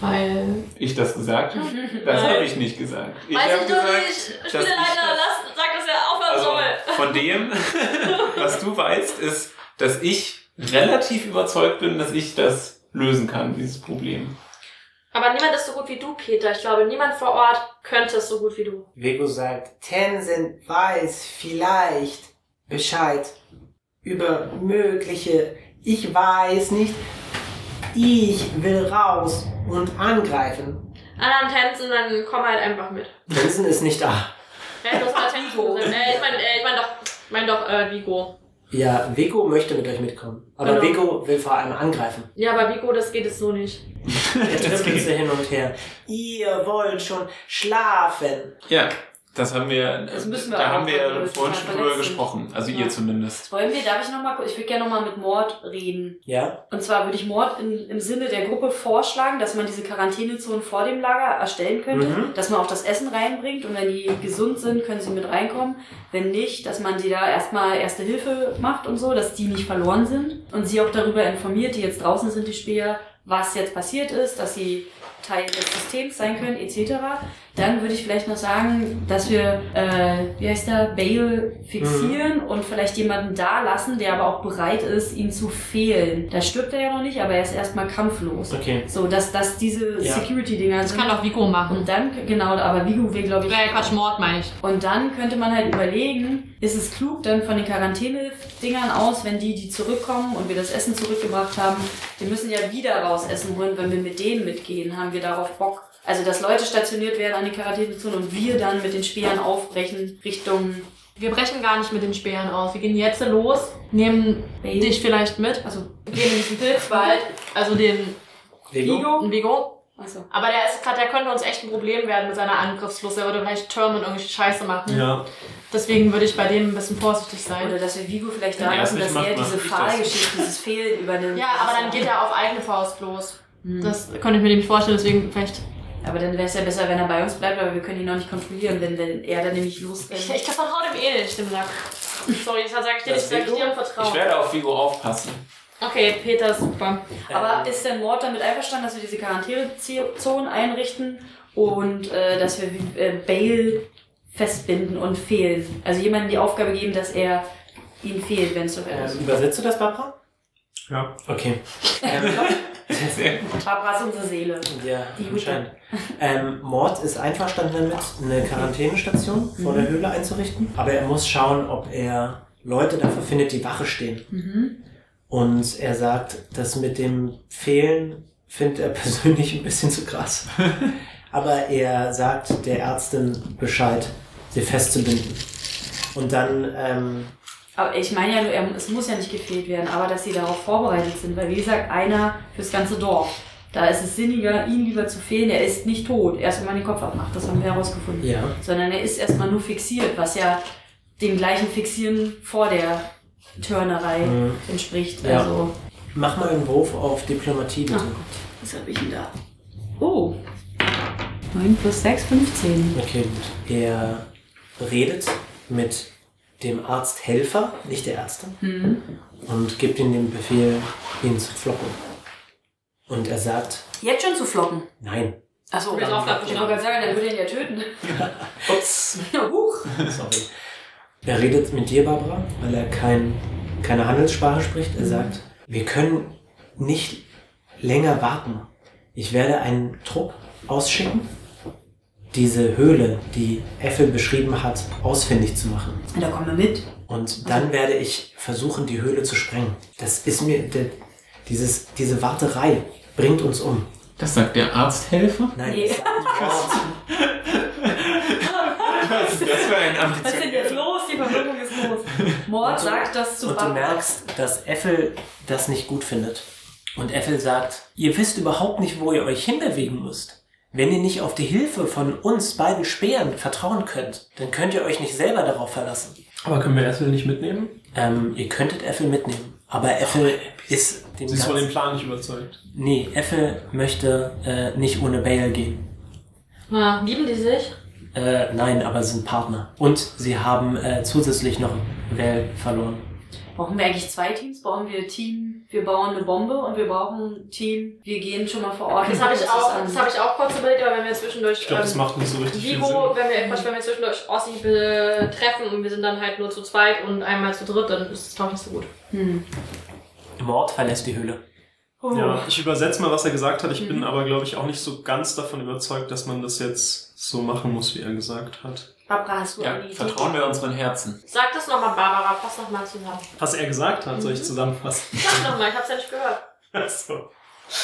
Speaker 6: Weil.
Speaker 5: Ich das gesagt? Das habe ich nicht gesagt. Ich
Speaker 6: Weiß
Speaker 5: habe
Speaker 6: ich doch
Speaker 5: gesagt,
Speaker 6: nicht!
Speaker 5: dass ich
Speaker 6: Spieleleiter,
Speaker 5: das-
Speaker 6: lass, sag, dass er aufhören
Speaker 5: Also
Speaker 6: soll!
Speaker 5: von dem, was du weißt, ist, dass ich relativ überzeugt bin, dass ich das lösen kann, dieses Problem.
Speaker 6: Aber niemand ist so gut wie du, Peter. Ich glaube, niemand vor Ort könnte es so gut wie du.
Speaker 2: Vego sagt, Tenzin weiß vielleicht Bescheid über mögliche. Ich weiß nicht. Ich will raus und angreifen.
Speaker 6: Anderen Tänzen, dann komm halt einfach mit.
Speaker 2: Tenzin ist nicht da.
Speaker 6: Ja, du hast mal Tänzen gesagt. Äh, ich meine äh, ich mein doch, ich mein doch äh, Vigo.
Speaker 2: Ja, Vego möchte mit euch mitkommen. Aber
Speaker 6: Genau.
Speaker 2: Vego will vor allem angreifen.
Speaker 6: Ja, aber Vigo, das geht es so nicht.
Speaker 2: Er trippelt sie hin und her. Ihr wollt schon schlafen.
Speaker 5: Ja, das haben wir,
Speaker 1: Das müssen wir
Speaker 5: da
Speaker 1: auch
Speaker 5: haben wir ja
Speaker 1: machen,
Speaker 5: vorhin schon
Speaker 1: verletzen.
Speaker 5: drüber gesprochen. Also
Speaker 1: Ja.
Speaker 5: ihr zumindest.
Speaker 1: Wollen wir, darf ich nochmal, ich würde gerne nochmal mit Mord reden.
Speaker 2: Ja?
Speaker 1: Und zwar würde ich Mord in, im Sinne der Gruppe vorschlagen, dass man diese Quarantänezonen vor dem Lager erstellen könnte,
Speaker 2: Mhm.
Speaker 1: dass man auch das Essen reinbringt und wenn die gesund sind, können sie mit reinkommen. Wenn nicht, dass man sie da erstmal erste Hilfe macht und so, dass die nicht verloren sind und sie auch darüber informiert, die jetzt draußen sind, die Speer, was jetzt passiert ist, dass sie Teil des Systems sein können, etc. Dann würde ich vielleicht noch sagen, dass wir, äh, wie heißt der, Bale fixieren und vielleicht jemanden da lassen, der aber auch bereit ist, ihm zu fehlen. Da stirbt er ja noch nicht, aber er ist erstmal kampflos.
Speaker 2: Okay.
Speaker 1: So, dass, dass diese
Speaker 2: Ja.
Speaker 1: Security-Dinger sind.
Speaker 6: doch Vigo
Speaker 1: und dann, genau, aber Vigo will, glaube ich.
Speaker 6: Mord meine ich.
Speaker 1: Und dann könnte man halt überlegen, ist es klug, dann von den Quarantänedingern aus, wenn die, die zurückkommen und wir das Essen zurückgebracht haben, wir müssen ja wieder raus Essen holen, wenn wir mit denen mitgehen, haben wir darauf Bock. Also, dass Leute stationiert werden an die Quarantänezone und wir dann mit den Speeren aufbrechen Richtung
Speaker 6: Wir brechen gar nicht mit den Speeren aus. Wir gehen jetzt los, nehmen
Speaker 1: Bale.
Speaker 6: dich vielleicht mit.
Speaker 1: Also,
Speaker 6: Wir gehen in diesen Pilzwald, also den
Speaker 2: Vego?
Speaker 6: Vigo.
Speaker 1: Achso.
Speaker 6: Aber der ist gerade, der könnte uns echt ein Problem werden mit seiner Angriffslust. Er würde vielleicht Turm und irgendwelche Scheiße machen.
Speaker 3: Ja.
Speaker 6: Deswegen würde ich bei dem ein bisschen vorsichtig sein.
Speaker 1: Oder dass wir Vigo vielleicht
Speaker 5: Wenn er
Speaker 1: da
Speaker 5: es
Speaker 1: lassen,
Speaker 5: nicht
Speaker 1: dass
Speaker 5: macht,
Speaker 1: er
Speaker 5: macht
Speaker 1: diese
Speaker 5: ich das.
Speaker 1: Fahrgeschichte, dieses Fehlen übernimmt. Hm.
Speaker 6: Ja, aber dann Mhm. geht er auf eigene Faust los. Das konnte ich mir nämlich vorstellen, deswegen vielleicht.
Speaker 1: Aber dann wäre es ja besser, wenn er bei uns bleibt, weil wir können ihn noch nicht kontrollieren, wenn denn er dann nämlich
Speaker 6: Ich,
Speaker 1: losrennt.
Speaker 6: ich vertraue dem eh nicht, dem Lack. Sorry, jetzt sage ich dir,
Speaker 5: Das
Speaker 6: ich sage
Speaker 5: Veto?
Speaker 6: dir im
Speaker 5: Ich
Speaker 6: Vertrauen.
Speaker 5: werde auf Vigo aufpassen.
Speaker 6: Okay, Peter ist super.
Speaker 1: Aber ist denn Mord damit einverstanden, dass wir diese Quarantänezone einrichten und äh, dass wir äh, Bale festbinden und fehlen? Also jemandem die Aufgabe geben, dass er ihn fehlt, wenn es so
Speaker 2: Äh,
Speaker 5: Ähm.
Speaker 1: ist.
Speaker 2: übersetzt du das, Barbara?
Speaker 3: Ja.
Speaker 2: Okay. Ähm,
Speaker 1: Barbara ist unsere Seele.
Speaker 2: Ja,
Speaker 1: Die gute.
Speaker 2: anscheinend. Ähm, Mord ist einverstanden damit, eine Quarantänestation vor der Höhle einzurichten, aber er muss schauen, ob er Leute dafür findet, die Wache stehen.
Speaker 6: Mhm.
Speaker 2: Und er sagt, das mit dem Fehlen findet er persönlich ein bisschen zu krass. aber er sagt der Ärztin Bescheid, sie festzubinden. Und dann ähm,
Speaker 1: Aber ich meine ja nur, er, es muss ja nicht gefehlt werden, aber dass sie darauf vorbereitet sind, weil wie gesagt, einer fürs ganze Dorf. Da ist es sinniger, ihn lieber zu fehlen. Er ist nicht tot. Erst wenn man den Kopf abmacht, das haben wir herausgefunden.
Speaker 2: Ja.
Speaker 1: Sondern er ist erstmal nur fixiert, was ja dem gleichen Fixieren vor der Turnerei
Speaker 2: Mhm.
Speaker 1: entspricht.
Speaker 2: Ja.
Speaker 1: Also,
Speaker 2: mach mal einen Wurf auf Diplomatie bitte.
Speaker 1: Ach Gott, was habe ich denn da? Oh, 9 plus 6, 15.
Speaker 2: Okay, gut. Er redet mit dem Arzthelfer, nicht der Ärztin,
Speaker 1: Hm.
Speaker 2: und gibt ihm den Befehl, ihn zu flocken. Und er sagt,
Speaker 1: Jetzt schon zu flocken.
Speaker 2: nein,
Speaker 1: Achso,
Speaker 6: Wir sind aufgeladen.
Speaker 1: ich wollte gerade sagen, dann würde er ihn ja töten.
Speaker 2: ups,
Speaker 1: Ja, Huch.
Speaker 2: sorry. Er redet mit dir, Barbara, weil er kein, keine Handelssprache spricht. Er sagt, wir können nicht länger warten. Ich werde einen Trupp ausschicken, diese Höhle, die Effel beschrieben hat, ausfindig zu machen.
Speaker 1: Da kommen wir mit.
Speaker 2: Und dann werde ich versuchen, die Höhle zu sprengen. Das ist mir. de- dieses, diese Warterei bringt uns um.
Speaker 5: Das sagt der Arzthelfer?
Speaker 2: Nein,
Speaker 1: Nee.
Speaker 2: das sagt nicht Arzt.
Speaker 5: Das war ein
Speaker 1: Was ist denn
Speaker 5: ambitionierter.
Speaker 1: jetzt los? Die Verwirrung ist groß. Mord sagt das zu
Speaker 2: Und du
Speaker 1: Barbara.
Speaker 2: merkst, dass Effel das nicht gut findet. Und Effel sagt, ihr wisst überhaupt nicht, wo ihr euch hinbewegen müsst. Wenn ihr nicht auf die Hilfe von uns beiden Speeren vertrauen könnt, dann könnt ihr euch nicht selber darauf verlassen.
Speaker 3: Aber können wir Ethel nicht mitnehmen?
Speaker 2: Ähm, ihr könntet Effel mitnehmen, aber Effel ist dem
Speaker 3: Sie ist von
Speaker 2: Ganzen-
Speaker 3: dem Plan nicht überzeugt.
Speaker 2: Nee, Effel möchte äh, nicht ohne Bale gehen.
Speaker 6: Ja, lieben die sich?
Speaker 2: Äh, nein, aber sie sind Partner. Und sie haben äh, zusätzlich noch Well verloren.
Speaker 1: Brauchen wir eigentlich zwei Teams? Brauchen wir Team, wir bauen eine Bombe und wir brauchen Team, wir gehen schon mal vor Ort.
Speaker 6: Das
Speaker 1: und
Speaker 6: habe ich,
Speaker 1: gucken uns
Speaker 6: auch-
Speaker 1: an.
Speaker 6: das hab ich auch kurz überlegt, aber wenn wir zwischendurch.
Speaker 3: Ich glaube, das
Speaker 6: ähm,
Speaker 3: macht nicht so richtig viel
Speaker 6: Vigo,
Speaker 3: Sinn.
Speaker 6: wenn wir, Quatsch, wenn wir zwischendurch Ossi äh, treffen und wir sind dann halt nur zu zweit und einmal zu dritt, dann ist das glaube ich nicht so gut.
Speaker 1: Hm.
Speaker 2: Mord verlässt die Höhle.
Speaker 1: Oh.
Speaker 3: Ja, ich übersetze mal, was er gesagt hat. Ich bin aber, glaube ich, auch nicht so ganz davon überzeugt, dass man das jetzt so machen muss, wie er gesagt hat.
Speaker 1: Barbara, hast du
Speaker 5: Ja,
Speaker 1: eine Idee?
Speaker 5: vertrauen wir unseren Herzen.
Speaker 6: Sag das nochmal, Barbara, fass nochmal zusammen.
Speaker 3: Was er gesagt hat, soll ich zusammenfassen.
Speaker 6: Sag nochmal, ich hab's ja nicht gehört.
Speaker 3: Also,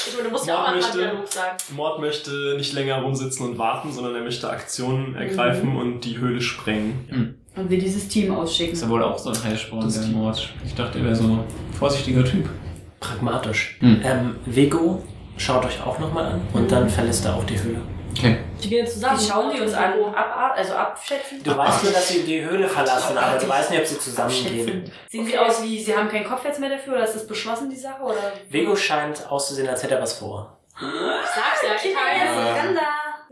Speaker 6: Ich meine, du musst ja auch
Speaker 3: Mord
Speaker 6: mal einen
Speaker 3: möchte-
Speaker 6: Dialog sagen.
Speaker 3: Mord möchte nicht länger rumsitzen und warten, sondern er möchte Aktionen ergreifen und die Höhle sprengen.
Speaker 1: Und wir dieses Team ausschicken.
Speaker 5: Ist ja wohl auch so ein Heilsporn,
Speaker 3: Das
Speaker 5: der
Speaker 3: Team.
Speaker 5: Mord. Ich dachte, er wäre so ein vorsichtiger Typ.
Speaker 2: Pragmatisch.
Speaker 5: Hm.
Speaker 2: Ähm, Vigo schaut euch auch nochmal an und dann verlässt er auch die Höhle.
Speaker 5: Okay.
Speaker 6: Die gehen zusammen.
Speaker 1: Wie schauen die uns an? Ab, also abschätzen?
Speaker 2: Du weißt nur, dass sie die Höhle verlassen, aber du weißt nicht, ob sie
Speaker 1: Abschätzen.
Speaker 2: zusammengehen.
Speaker 1: Sehen sie
Speaker 6: Okay.
Speaker 1: aus wie, sie haben keinen Kopfherz mehr dafür oder ist das beschlossen, die Sache? Oder?
Speaker 2: Vigo scheint auszusehen, als hätte er was vor.
Speaker 6: Ich sag's ja, ich kann ja.
Speaker 1: Propaganda.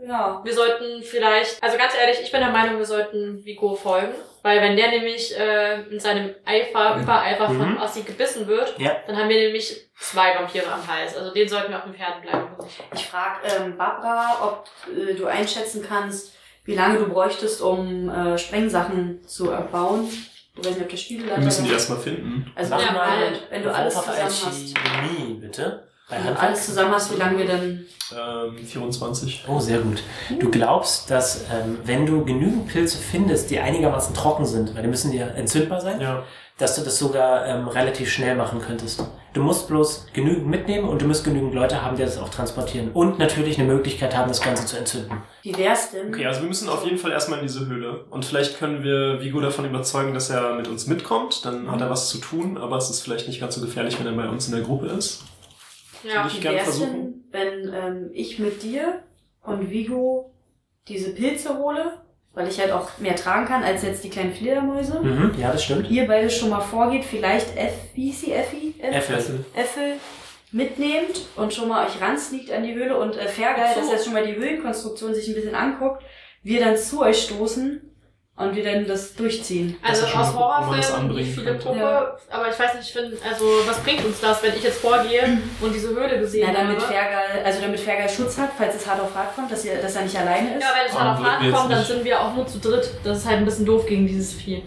Speaker 1: Ja.
Speaker 6: Wir sollten vielleicht, also ganz ehrlich, ich bin der Meinung, wir sollten Vigo folgen, weil wenn der nämlich äh, in seinem Eifer, Übereifer von
Speaker 2: Mhm.
Speaker 6: Ossi gebissen wird,
Speaker 2: Ja.
Speaker 6: dann haben wir nämlich zwei Vampire am Hals. Also den sollten wir auf dem Pferd bleiben.
Speaker 1: Ich frage ähm, Barbara, ob äh, du einschätzen kannst, wie lange du bräuchtest, um äh, Sprengsachen zu erbauen. Du weißt nicht, ob der Spiegel
Speaker 3: Wir müssen die erstmal finden.
Speaker 1: Also
Speaker 6: Ja,
Speaker 1: ja, mal,
Speaker 6: halt.
Speaker 1: wenn du alles
Speaker 2: Wurf auf
Speaker 1: zusammen hast.
Speaker 2: Alchemie, bitte. Bei
Speaker 1: Wenn du
Speaker 2: Handwerk.
Speaker 1: alles zusammen hast, wie lange wir dann.
Speaker 3: Ähm, 24.
Speaker 2: Oh, sehr gut. Du glaubst, dass ähm, wenn du genügend Pilze findest, die einigermaßen trocken sind, weil die müssen ja entzündbar sein,
Speaker 3: Ja.
Speaker 2: dass du das sogar ähm, relativ schnell machen könntest. Du musst bloß genügend mitnehmen und du musst genügend Leute haben, die das auch transportieren. Und natürlich eine Möglichkeit haben, das Ganze zu entzünden.
Speaker 1: Wie wär's denn?
Speaker 3: Okay, also wir müssen auf jeden Fall erstmal in diese Höhle. Und vielleicht können wir Vigo davon überzeugen, dass er mit uns mitkommt. Dann hat er was zu tun, aber es ist vielleicht nicht ganz so gefährlich, wenn er bei uns in der Gruppe ist.
Speaker 6: Ja.
Speaker 3: Ich
Speaker 1: Wie
Speaker 3: kann
Speaker 1: wär's
Speaker 3: versuchen.
Speaker 1: denn, wenn ähm, ich mit dir und Vigo diese Pilze hole, weil ich halt auch mehr tragen kann als jetzt die kleinen Fledermäuse.
Speaker 2: Mhm. Ja, das
Speaker 3: Hm.
Speaker 2: stimmt.
Speaker 1: Ihr beide schon mal vorgeht, vielleicht F, wie ist sie, Effi? Eff-
Speaker 2: Äffel.
Speaker 1: Äffel mitnehmt und schon mal euch ransneakt an die Höhle und äh, Fergal,
Speaker 6: So.
Speaker 1: dass er schon mal die Höhlenkonstruktion sich ein bisschen anguckt, wir dann zu euch stoßen und wir dann das durchziehen.
Speaker 6: Also
Speaker 3: Das ist schon
Speaker 6: aus
Speaker 3: mal gut, wo man das
Speaker 6: Horrorfilmen, die
Speaker 3: anbringen
Speaker 6: viele
Speaker 3: könnte.
Speaker 6: Puppe,
Speaker 1: Ja.
Speaker 6: aber ich weiß nicht, ich finde, also was bringt uns das, wenn ich jetzt vorgehe und diese Höhle gesehen
Speaker 1: Na, damit
Speaker 6: habe?
Speaker 1: Fergal, also damit Fergal Schutz hat, falls es hart auf hart kommt, dass, ihr, dass er nicht alleine ist.
Speaker 6: Ja, wenn es dann
Speaker 7: Warum
Speaker 6: auf
Speaker 7: würden wir
Speaker 6: Hart
Speaker 7: jetzt
Speaker 6: kommt, dann
Speaker 7: nicht?
Speaker 6: sind wir auch nur zu dritt. Das ist halt ein bisschen doof gegen dieses Vieh.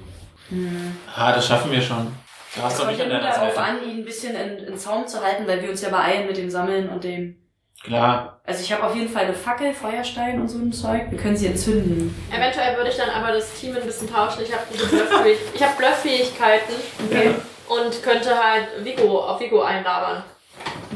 Speaker 1: Hm.
Speaker 7: Ah, das schaffen wir schon. Du hast
Speaker 1: Es
Speaker 7: doch
Speaker 1: kommt
Speaker 7: mich
Speaker 1: ja
Speaker 7: an
Speaker 1: nur
Speaker 7: deiner
Speaker 1: darauf
Speaker 7: Seite.
Speaker 1: an, ihn ein bisschen in, in Zaum zu halten, weil wir uns ja beeilen mit dem Sammeln und dem.
Speaker 7: Klar.
Speaker 1: Also ich habe auf jeden Fall eine Fackel, Feuerstein und so ein Zeug. Wir können sie entzünden.
Speaker 6: Eventuell würde ich dann aber das Team ein bisschen tauschen. Ich habe gute Bluffähig ich hab Blufffähigkeiten
Speaker 1: Okay.
Speaker 6: und könnte halt Vigo auf Vigo einlabern,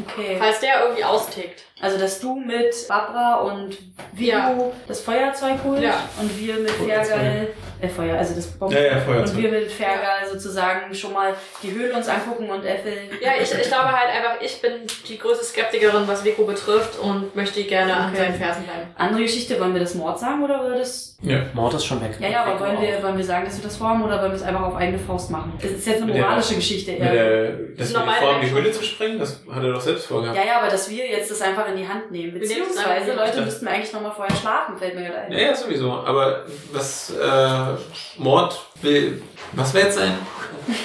Speaker 1: Okay.
Speaker 6: falls der irgendwie austickt.
Speaker 1: Also dass du mit Barbara und Vigo
Speaker 6: Ja.
Speaker 1: das Feuerzeug holst
Speaker 6: Ja.
Speaker 1: und wir mit
Speaker 5: Feuerzeug.
Speaker 1: Fergal. Äh, Feuer, also das Bomben.
Speaker 5: Ja, ja, Feuerzeug.
Speaker 1: und wir mit Fergal sozusagen schon mal die Höhle uns angucken und Äffel.
Speaker 6: Ja, ich, ich glaube halt einfach, ich bin die größte Skeptikerin, was Vigo betrifft und möchte gerne an
Speaker 1: Okay.
Speaker 6: seinen Fersen bleiben.
Speaker 1: Andere Geschichte, wollen wir das Mord sagen oder wollen wir das
Speaker 2: Mord ist schon weg.
Speaker 1: Ja, ja, aber wollen wir, wollen wir sagen, dass wir das vorhaben oder wollen wir es einfach auf eigene Faust machen? Das ist jetzt eine
Speaker 5: Mit der-
Speaker 1: moralische Geschichte
Speaker 5: Mit
Speaker 1: eher.
Speaker 5: der, dass wir
Speaker 6: Normale
Speaker 5: vorhaben, Ähm, die
Speaker 6: Menschen.
Speaker 5: Höhle zu sprengen, das hat er doch selbst vorgehabt.
Speaker 1: Ja, ja, aber dass wir jetzt das einfach in die Hand nehmen.
Speaker 6: Wir nehmen es
Speaker 1: Beziehungsweise,
Speaker 6: einfach in die
Speaker 1: Leute,
Speaker 5: Hand.
Speaker 1: müssten wir eigentlich nochmal vorher schlafen, fällt mir gerade ein.
Speaker 5: Ja, ja, sowieso. Aber was, äh, Mord will, was wäre jetzt sein?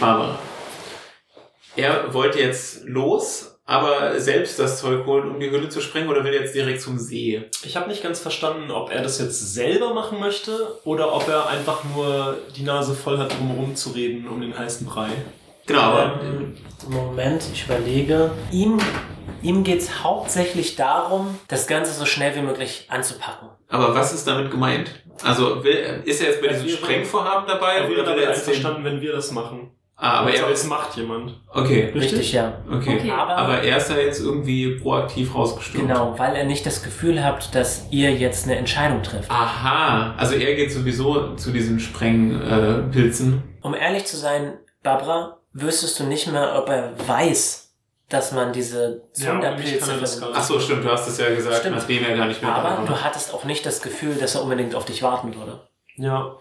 Speaker 5: Barbara. Er wollte jetzt los, aber selbst das Zeug holen, um die Höhle zu sprengen, oder will jetzt direkt zum See?
Speaker 3: Ich habe nicht ganz verstanden, ob er das jetzt selber machen möchte oder ob er einfach nur die Nase voll hat, drum rumzureden um den heißen Brei.
Speaker 5: Genau, aber
Speaker 2: Ähm, Moment, ich überlege. Ihm, ihm geht es hauptsächlich darum, das Ganze so schnell wie möglich anzupacken.
Speaker 5: Aber was ist damit gemeint? Also will, ist er jetzt bei
Speaker 3: Er
Speaker 5: diesem
Speaker 3: wäre-
Speaker 5: Sprengvorhaben dabei?
Speaker 3: Er wäre
Speaker 5: oder will
Speaker 3: damit
Speaker 5: jetzt den-
Speaker 3: einverstanden, wenn wir das machen.
Speaker 5: Ah, aber
Speaker 3: also,
Speaker 5: er
Speaker 3: es macht jemand.
Speaker 5: Okay,
Speaker 2: Richtig, ja.
Speaker 5: okay.
Speaker 1: Okay.
Speaker 2: Aber,
Speaker 5: Aber er ist da jetzt irgendwie proaktiv rausgestürmt.
Speaker 2: genau, weil er nicht das Gefühl hat, dass ihr jetzt eine Entscheidung trifft.
Speaker 5: Aha, also er geht sowieso zu diesen Sprengpilzen. Äh, Pilzen.
Speaker 2: Um ehrlich zu sein, Barbara, wüsstest du nicht mehr, ob er weiß, dass man diese
Speaker 3: Ja, und ich
Speaker 2: Zunderpilze
Speaker 3: kann er das
Speaker 2: verwendet.
Speaker 3: gar nicht.
Speaker 5: Ach so, stimmt, du hast es ja gesagt,
Speaker 2: Stimmt.
Speaker 5: nachdem er gar nicht mehr da
Speaker 2: Aber
Speaker 5: war.
Speaker 2: du hattest auch nicht das Gefühl, dass er unbedingt auf dich warten würde.
Speaker 3: Ja.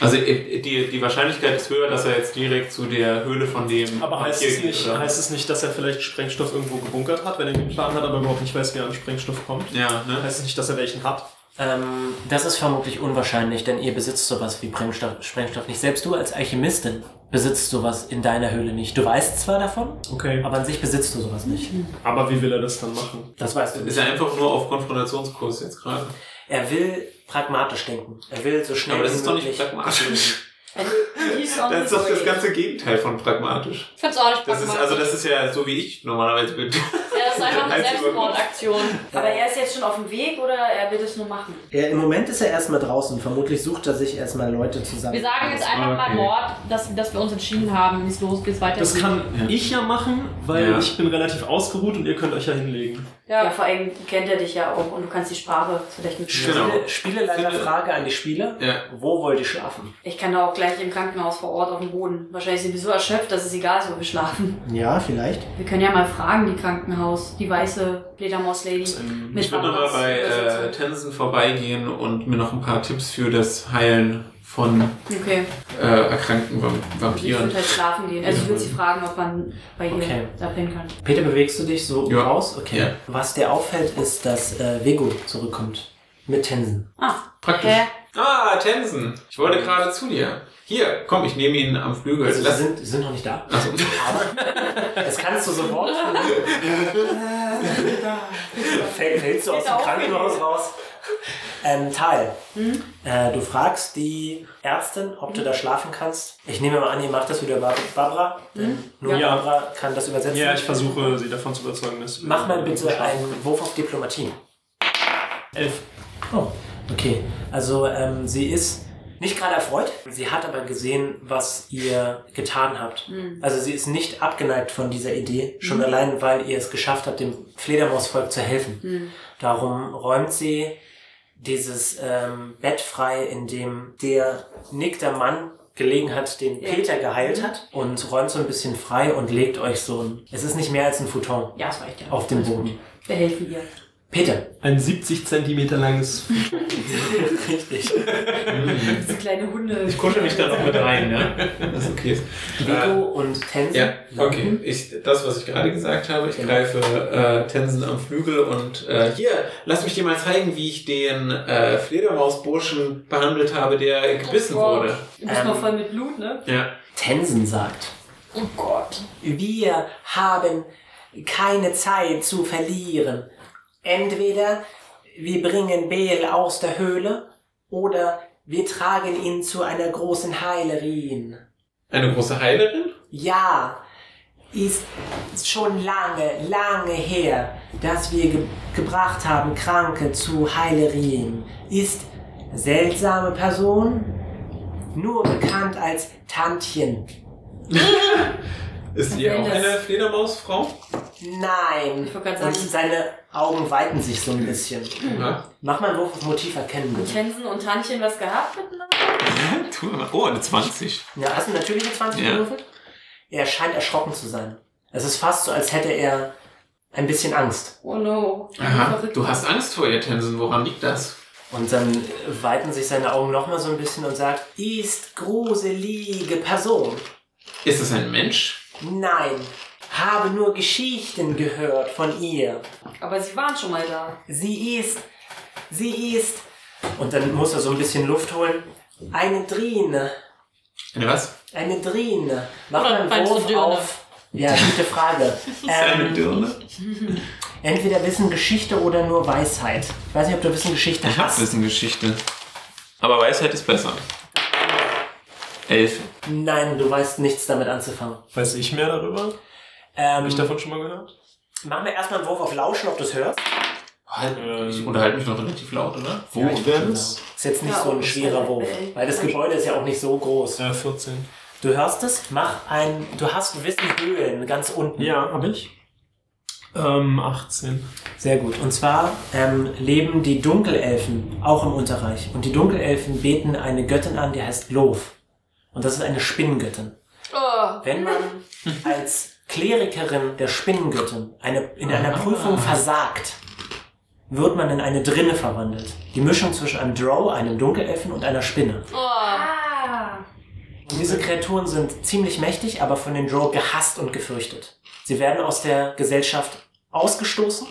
Speaker 5: Also äh, die, die Wahrscheinlichkeit ist höher, dass er jetzt direkt zu der Höhle von dem
Speaker 3: Aber heißt
Speaker 5: Vampir
Speaker 3: es,
Speaker 5: geht,
Speaker 3: nicht,
Speaker 5: oder?
Speaker 3: heißt es nicht, dass er vielleicht Sprengstoff irgendwo gebunkert hat, wenn er den Plan hat, aber überhaupt nicht weiß, wie er an Sprengstoff kommt?
Speaker 5: ja, ne?
Speaker 3: Heißt es nicht, dass er welchen hat?
Speaker 2: Ähm, das ist vermutlich unwahrscheinlich, denn ihr besitzt sowas wie Brennstoff, Sprengstoff nicht. Selbst du als Alchemistin besitzt sowas in deiner Höhle nicht. Du weißt zwar davon,
Speaker 3: Okay.
Speaker 2: aber an sich besitzt du sowas nicht.
Speaker 3: Aber wie will er das dann machen?
Speaker 2: Das weißt du
Speaker 5: Ist er einfach nur auf Konfrontationskurs jetzt gerade.
Speaker 2: Er will pragmatisch denken. Er will so schnell
Speaker 5: Aber das
Speaker 2: wie
Speaker 5: ist doch
Speaker 2: möglich.
Speaker 5: nicht pragmatisch.
Speaker 1: Also, he's on
Speaker 5: Das
Speaker 1: his
Speaker 5: ist doch das
Speaker 1: way.
Speaker 5: ganze Gegenteil von pragmatisch.
Speaker 6: Ich finde es auch nicht
Speaker 5: Das ist,
Speaker 6: pragmatisch.
Speaker 5: also das ist ja so wie ich normalerweise bin.
Speaker 6: ja, das ist einfach eine
Speaker 5: Als Übergang.
Speaker 6: Selbstmordaktion.
Speaker 1: Aber er ist jetzt schon auf dem Weg oder er will es nur machen?
Speaker 8: Er, Im Moment ist er erstmal draußen. Vermutlich sucht er sich erstmal Leute
Speaker 6: Wir
Speaker 8: zusammen.
Speaker 6: sagen jetzt einfach mal
Speaker 5: Okay.
Speaker 6: Mord, dass, dass wir uns entschieden haben, wie es losgeht, weiter.
Speaker 2: Ähm,
Speaker 3: Das kann
Speaker 5: Ja.
Speaker 3: ich ja machen, weil
Speaker 5: Ja.
Speaker 3: ich bin relativ ausgeruht und ihr könnt euch ja hinlegen.
Speaker 1: Ja.
Speaker 6: ja.
Speaker 1: vor allem kennt er dich ja auch und du kannst die Sprache vielleicht mit
Speaker 5: Genau.
Speaker 2: Spiele, Spieleleiter
Speaker 5: Finde-
Speaker 2: Frage an die Spieler.
Speaker 5: Ja.
Speaker 2: Wo wollt ihr schlafen?
Speaker 1: Ich kann da auch gleich im Krankenhaus vor Ort auf dem Boden. Wahrscheinlich sind wir so erschöpft, dass es egal ist, wo wir schlafen.
Speaker 8: Ja, vielleicht.
Speaker 1: Wir können ja mal fragen, die Krankenhaus, die weiße Fledermaus-Lady.
Speaker 3: Ähm,
Speaker 1: Mit
Speaker 5: Ich würde nochmal
Speaker 1: Barbas
Speaker 5: bei äh,
Speaker 1: Übersetzung.
Speaker 5: Tennyson vorbeigehen und mir noch ein paar Tipps für das Heilen von
Speaker 1: Okay.
Speaker 5: äh, erkrankten Vamp
Speaker 1: Also ich
Speaker 5: Vampiren.
Speaker 1: würde halt schlafen gehen. Also ich würde sie fragen, ob man bei ihr
Speaker 2: Okay.
Speaker 1: da pennen kann.
Speaker 2: Peter, bewegst du dich so
Speaker 5: Ja.
Speaker 2: raus? Okay.
Speaker 5: Ja.
Speaker 2: Was dir auffällt, ist, dass äh, Vego zurückkommt. Mit Tensen.
Speaker 1: Ah,
Speaker 5: Praktisch.
Speaker 1: Hä?
Speaker 5: Ah, Tensen. Ich wollte gerade zu dir. Hier, komm, ich nehme ihn am Flügel.
Speaker 2: Also, sie
Speaker 5: Äh, Lass
Speaker 2: sind, sie sind noch nicht da.
Speaker 5: Achso.
Speaker 2: Das kannst du sofort. Fäll- Fällst du aus dem
Speaker 1: Genau.
Speaker 2: Krankenhaus raus? Ähm, Tal,
Speaker 1: Hm?
Speaker 2: äh, du fragst die Ärztin, ob du da schlafen kannst. Ich nehme mal an, ihr macht das wieder Bar- Barbara. denn Nur
Speaker 3: Ja.
Speaker 2: Barbara kann das übersetzen.
Speaker 3: Ja, ich versuche sie davon zu überzeugen, dass.
Speaker 2: Mach mal bitte einen Wurf auf Diplomatie.
Speaker 3: Elf.
Speaker 2: Oh, okay. Also ähm, sie ist nicht gerade erfreut. Sie hat aber gesehen, was ihr getan habt. Also sie ist nicht abgeneigt von dieser Idee, schon allein, weil ihr es geschafft habt, dem Fledermausvolk zu helfen. Darum räumt sie dieses ähm, Bett frei, in dem der nickter Mann gelegen hat, den
Speaker 1: Ja.
Speaker 2: Peter geheilt hat und räumt so ein bisschen frei und legt euch so ein. Es ist nicht mehr als ein Futon
Speaker 1: Ja, das reicht ja.
Speaker 2: auf dem Boden.
Speaker 1: Wir helfen ihr.
Speaker 2: Peter.
Speaker 3: Ein 70 Zentimeter langes.
Speaker 2: Richtig.
Speaker 1: Diese kleine Hunde.
Speaker 4: Ich kuschel mich da noch mit rein, ne? Das ist okay. Äh,
Speaker 2: Vigo und Tensi.
Speaker 4: Ja, okay. Ich, das, was ich gerade gesagt habe, ich greife äh, Tensen am Flügel und äh, hier, lass mich dir mal zeigen, wie ich den äh, Fledermausburschen behandelt habe, der gebissen
Speaker 1: Oh Gott.
Speaker 4: wurde.
Speaker 1: Du bist
Speaker 2: Ähm.
Speaker 1: noch voll mit Blut, ne?
Speaker 4: Ja.
Speaker 2: Tensen sagt.
Speaker 1: Oh Gott.
Speaker 2: Wir haben keine Zeit zu verlieren. Entweder wir bringen Beel aus der Höhle oder wir tragen ihn zu einer großen Heilerin.
Speaker 4: Eine große Heilerin?
Speaker 2: Ja, ist schon lange, lange her, dass wir ge gebracht haben Kranke zu Heilerin. Ist seltsame Person, nur bekannt als Tantchen.
Speaker 4: Ist die
Speaker 1: Wenn
Speaker 4: auch
Speaker 1: das-
Speaker 4: eine Fledermausfrau?
Speaker 2: Nein.
Speaker 1: Ich wollte gerade
Speaker 2: Und
Speaker 1: sagen-
Speaker 2: seine Augen weiten sich so ein bisschen.
Speaker 1: Mhm.
Speaker 4: Ja.
Speaker 2: Mach mal einen Wurf auf Motiv erkennen. bitte.
Speaker 1: Tensen und Tantchen was gehabt miteinander?
Speaker 5: Tu mal. Oh, eine 20.
Speaker 2: Ja, hast du natürlich eine 20
Speaker 5: Ja.
Speaker 2: gewürfelt? Er scheint erschrocken zu sein. Es ist fast so, als hätte er ein bisschen Angst.
Speaker 1: Oh no.
Speaker 4: Aha,
Speaker 1: Verrückt.
Speaker 4: du hast Angst vor ihr, Tensen. Woran liegt das?
Speaker 2: Und dann weiten sich seine Augen nochmal so ein bisschen und sagt, ist gruselige Person.
Speaker 4: Ist es ein Mensch?
Speaker 2: Nein, habe nur Geschichten gehört von ihr.
Speaker 1: Aber sie waren schon mal da.
Speaker 2: Sie ist, sie ist. Und dann muss er so ein bisschen Luft holen. Eine Drine.
Speaker 4: Eine was?
Speaker 2: Eine Drine. Mach
Speaker 6: Oder
Speaker 2: mal einen
Speaker 6: meinst du
Speaker 2: Wurf
Speaker 6: Dirne?
Speaker 2: auf. Ja, gute Frage.
Speaker 5: Eine
Speaker 2: ähm,
Speaker 5: Dirne.
Speaker 2: entweder Wissen Geschichte oder nur Weisheit. Ich weiß nicht, ob du Wissen Geschichte
Speaker 5: Ich hab
Speaker 2: hast.
Speaker 5: Wissengeschichte. Aber Weisheit ist besser. Elf.
Speaker 2: Nein, du weißt nichts damit anzufangen.
Speaker 3: Weiß ich mehr darüber?
Speaker 2: Ähm,
Speaker 3: Habe ich davon schon mal gehört?
Speaker 2: machen wir erstmal einen Wurf auf Lauschen, ob du es hörst.
Speaker 5: Halt,
Speaker 3: Ähm.
Speaker 5: ich unterhalte mich noch relativ laut, oder?
Speaker 2: Ja, ich würd
Speaker 5: wär's?
Speaker 2: sagen, Ist jetzt nicht
Speaker 1: Ja,
Speaker 2: so ein
Speaker 1: und-
Speaker 2: schwerer Wurf, weil das Gebäude ist ja auch nicht so groß.
Speaker 3: Äh, 14.
Speaker 2: Du hörst es, mach ein, du hast Wissen Höhlen ganz unten.
Speaker 3: Ja, habe ich. Ähm, 18.
Speaker 2: Sehr gut. Und zwar ähm, leben die Dunkelelfen auch im Unterreich. Und die Dunkelelfen beten eine Göttin an, die heißt Lof. Und das ist eine Spinnengöttin.
Speaker 6: Oh.
Speaker 2: Wenn man als Klerikerin der Spinnengöttin eine, in einer Prüfung versagt, wird man in eine Drinne verwandelt. Die Mischung zwischen einem Drow, einem Dunkelelfen und einer Spinne.
Speaker 6: Oh.
Speaker 1: Ah.
Speaker 2: Und diese Kreaturen sind ziemlich mächtig, aber von den Drow gehasst und gefürchtet. Sie werden aus der Gesellschaft ausgestoßen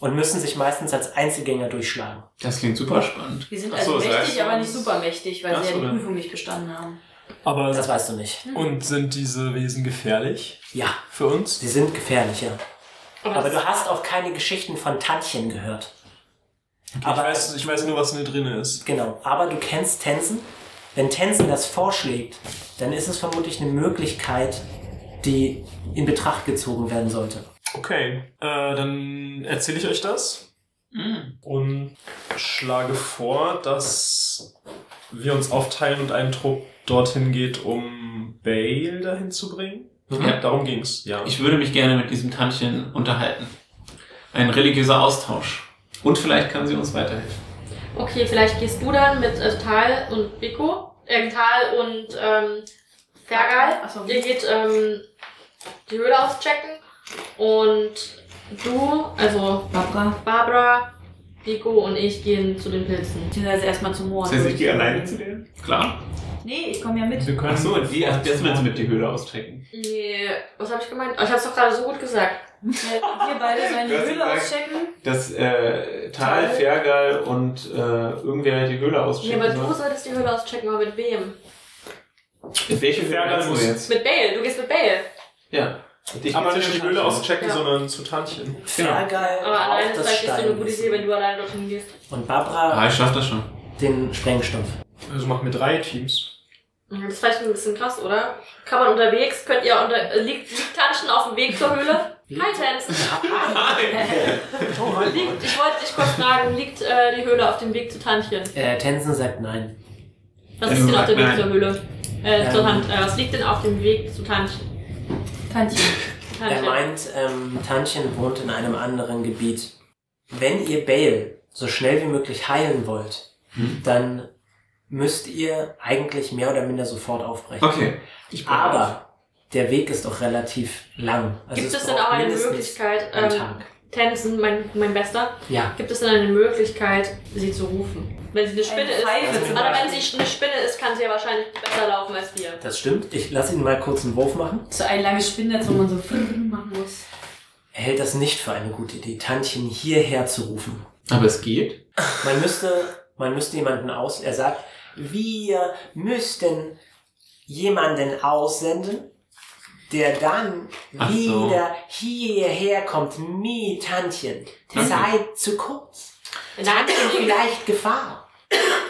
Speaker 2: und müssen sich meistens als Einzelgänger durchschlagen.
Speaker 5: Das klingt super spannend.
Speaker 1: Die sind
Speaker 5: Ach so,
Speaker 1: also
Speaker 5: das
Speaker 1: mächtig,
Speaker 5: heißt,
Speaker 1: aber nicht supermächtig, weil
Speaker 5: Ach
Speaker 1: sie ja
Speaker 5: so,
Speaker 1: die
Speaker 5: ja.
Speaker 1: Prüfung nicht bestanden haben.
Speaker 3: Aber
Speaker 2: Das weißt du nicht.
Speaker 3: und sind diese Wesen gefährlich
Speaker 2: Ja,
Speaker 3: für uns?
Speaker 2: sie sind gefährlicher. Aber du hast auch keine Geschichten von Tantchen gehört.
Speaker 3: ich,
Speaker 2: Aber
Speaker 3: weiß, ich weiß nur, was in drin ist.
Speaker 2: genau, aber du kennst Tänzen. Wenn Tänzen das vorschlägt, dann ist es vermutlich eine Möglichkeit, die in Betracht gezogen werden sollte.
Speaker 3: Okay, äh, dann erzähle ich euch das Mhm. und schlage vor, dass wir uns aufteilen und ein Trupp dorthin geht, um Bale dahin zu bringen.
Speaker 5: Ja.
Speaker 3: Darum ging's, ja.
Speaker 5: Ich würde mich gerne mit diesem Tantchen unterhalten. Ein religiöser Austausch. Und vielleicht kann sie uns weiterhelfen.
Speaker 6: Okay, vielleicht gehst du dann mit äh, Tal und Biko, äh, Tal und ähm, Fergal.
Speaker 1: Ach so.
Speaker 6: Ihr geht ähm, die Höhle auschecken und du, also
Speaker 1: Barbara.
Speaker 6: Barbara, Biko und ich gehen zu den Pilzen.
Speaker 1: Beziehungsweise erstmal zum Moor.
Speaker 5: dir? Klar.
Speaker 1: Nee, ich komme ja mit.
Speaker 3: wir können
Speaker 5: Achso, die, ach, jetzt willst du mit die Höhle auschecken.
Speaker 6: Nee, was habe ich gemeint? Oh, ich habe es doch gerade so gut gesagt.
Speaker 1: Wir beide sollen die
Speaker 4: Du hast
Speaker 1: Höhle
Speaker 4: gesagt-
Speaker 1: auschecken.
Speaker 4: Dass äh, Tal,
Speaker 1: Tal.
Speaker 4: Fergal und äh, irgendwer die Höhle
Speaker 6: Nee,
Speaker 4: auschecken
Speaker 6: aber du
Speaker 4: soll.
Speaker 6: solltest die Höhle auschecken, aber mit wem?
Speaker 4: Welche
Speaker 3: Fergal
Speaker 4: Fergal
Speaker 3: muss-
Speaker 4: muss jetzt?
Speaker 6: Mit Bale, du gehst mit Bale.
Speaker 4: Ja. Ich
Speaker 3: Aber
Speaker 4: geh zu
Speaker 3: nicht die Genau.
Speaker 4: Tantchen.
Speaker 3: Höhle auschecken,
Speaker 6: Ja.
Speaker 3: sondern zu Tantchen.
Speaker 2: Fergal
Speaker 6: Genau. Aber alleine
Speaker 2: braucht
Speaker 6: ist
Speaker 2: das
Speaker 6: vielleicht nicht so eine gute Idee, wenn
Speaker 2: Stein.
Speaker 6: du alleine dorthin gehst.
Speaker 2: Und Barbara
Speaker 5: Ah, ich schaff das schon.
Speaker 2: den Sprengstoff.
Speaker 3: Also machen wir drei Teams.
Speaker 6: Ja, Mhm, Das ist vielleicht ein bisschen krass, oder? Kann man unterwegs, könnt ihr unter, äh, liegt, liegt Tanschen auf dem Weg zur Höhle? Hi Tanz!
Speaker 1: Oh,
Speaker 6: Liegt, ich wollte dich kurz fragen, liegt äh, die Höhle auf dem Weg zu Tantchen?
Speaker 2: Äh, Tensen sagt nein.
Speaker 6: Was ist denn auf dem Weg zur Höhle? Äh,
Speaker 2: Ähm.
Speaker 6: zur Hand, äh, was liegt denn auf dem Weg zu Tantchen?
Speaker 1: Tantchen.
Speaker 2: Er meint, ähm, Tantchen wohnt in einem anderen Gebiet. Wenn ihr Bale so schnell wie möglich heilen wollt, dann müsst ihr eigentlich mehr oder minder sofort aufbrechen.
Speaker 5: Okay.
Speaker 4: Ich bin raus.
Speaker 2: Aber der Weg ist doch relativ lang. Also
Speaker 6: Gibt es denn
Speaker 2: braucht
Speaker 6: auch eine
Speaker 2: mindestens
Speaker 6: Möglichkeit,
Speaker 2: einen
Speaker 6: ähm,
Speaker 2: Tag.
Speaker 6: Tennyson, mein, mein Bester,
Speaker 2: Ja.
Speaker 6: gibt es denn eine Möglichkeit, sie zu rufen? Wenn sie eine Spinne ist.
Speaker 1: Pfeife zum
Speaker 6: Aber wenn
Speaker 1: Beispiel.
Speaker 6: sie eine Spinne ist, kann sie ja wahrscheinlich besser laufen als wir.
Speaker 2: Das stimmt. Ich lasse ihn mal kurz einen Wurf machen.
Speaker 1: So ein langes Spinnnetz, wo man so machen muss.
Speaker 2: Er hält das nicht für eine gute Idee, Tantchen hierher zu rufen.
Speaker 4: Aber es geht.
Speaker 2: Man müsste, man müsste jemanden aus, er sagt, wir müssten jemanden aussenden, der dann
Speaker 4: Ach so.
Speaker 2: wieder hierher kommt mit Tantchen. Zeit zu kurz.
Speaker 6: Nein,
Speaker 2: Vielleicht Gefahr.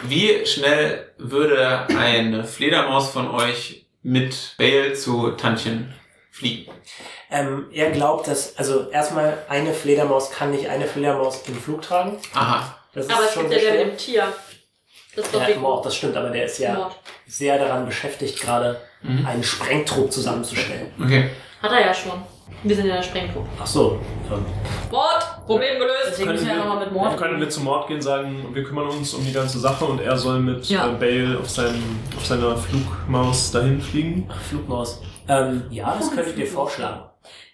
Speaker 5: Wie schnell würde eine Fledermaus von euch mit Bale zu Tantchen fliegen?
Speaker 2: Ähm, er glaubt, dass, also erstmal eine Fledermaus kann nicht eine Fledermaus im Flug tragen.
Speaker 5: Aha.
Speaker 2: Das ist
Speaker 6: aber es
Speaker 2: schon
Speaker 6: gibt ja der
Speaker 2: schwer.
Speaker 6: mit dem Tier. Das ist doch
Speaker 2: ja,
Speaker 6: wegen
Speaker 2: Mord, das stimmt, aber der ist ja
Speaker 6: Mord.
Speaker 2: sehr daran beschäftigt, gerade
Speaker 5: Mhm.
Speaker 2: einen Sprengtrupp zusammenzustellen.
Speaker 5: Okay.
Speaker 6: Hat er ja schon. Wir sind ja der Sprengtrupp.
Speaker 2: Ach so. ähm,
Speaker 6: Mord! Problem gelöst!
Speaker 1: Deswegen müssen wir nochmal mit
Speaker 3: Dann
Speaker 1: Mord.
Speaker 3: können wir zu Mord gehen sagen, wir kümmern uns um die ganze Sache und er soll mit
Speaker 6: Ja.
Speaker 3: äh, Bale auf, seinem, auf seiner Flugmaus dahin fliegen.
Speaker 2: Flugmaus. Ähm, ja, das könntet ihr vorschlagen.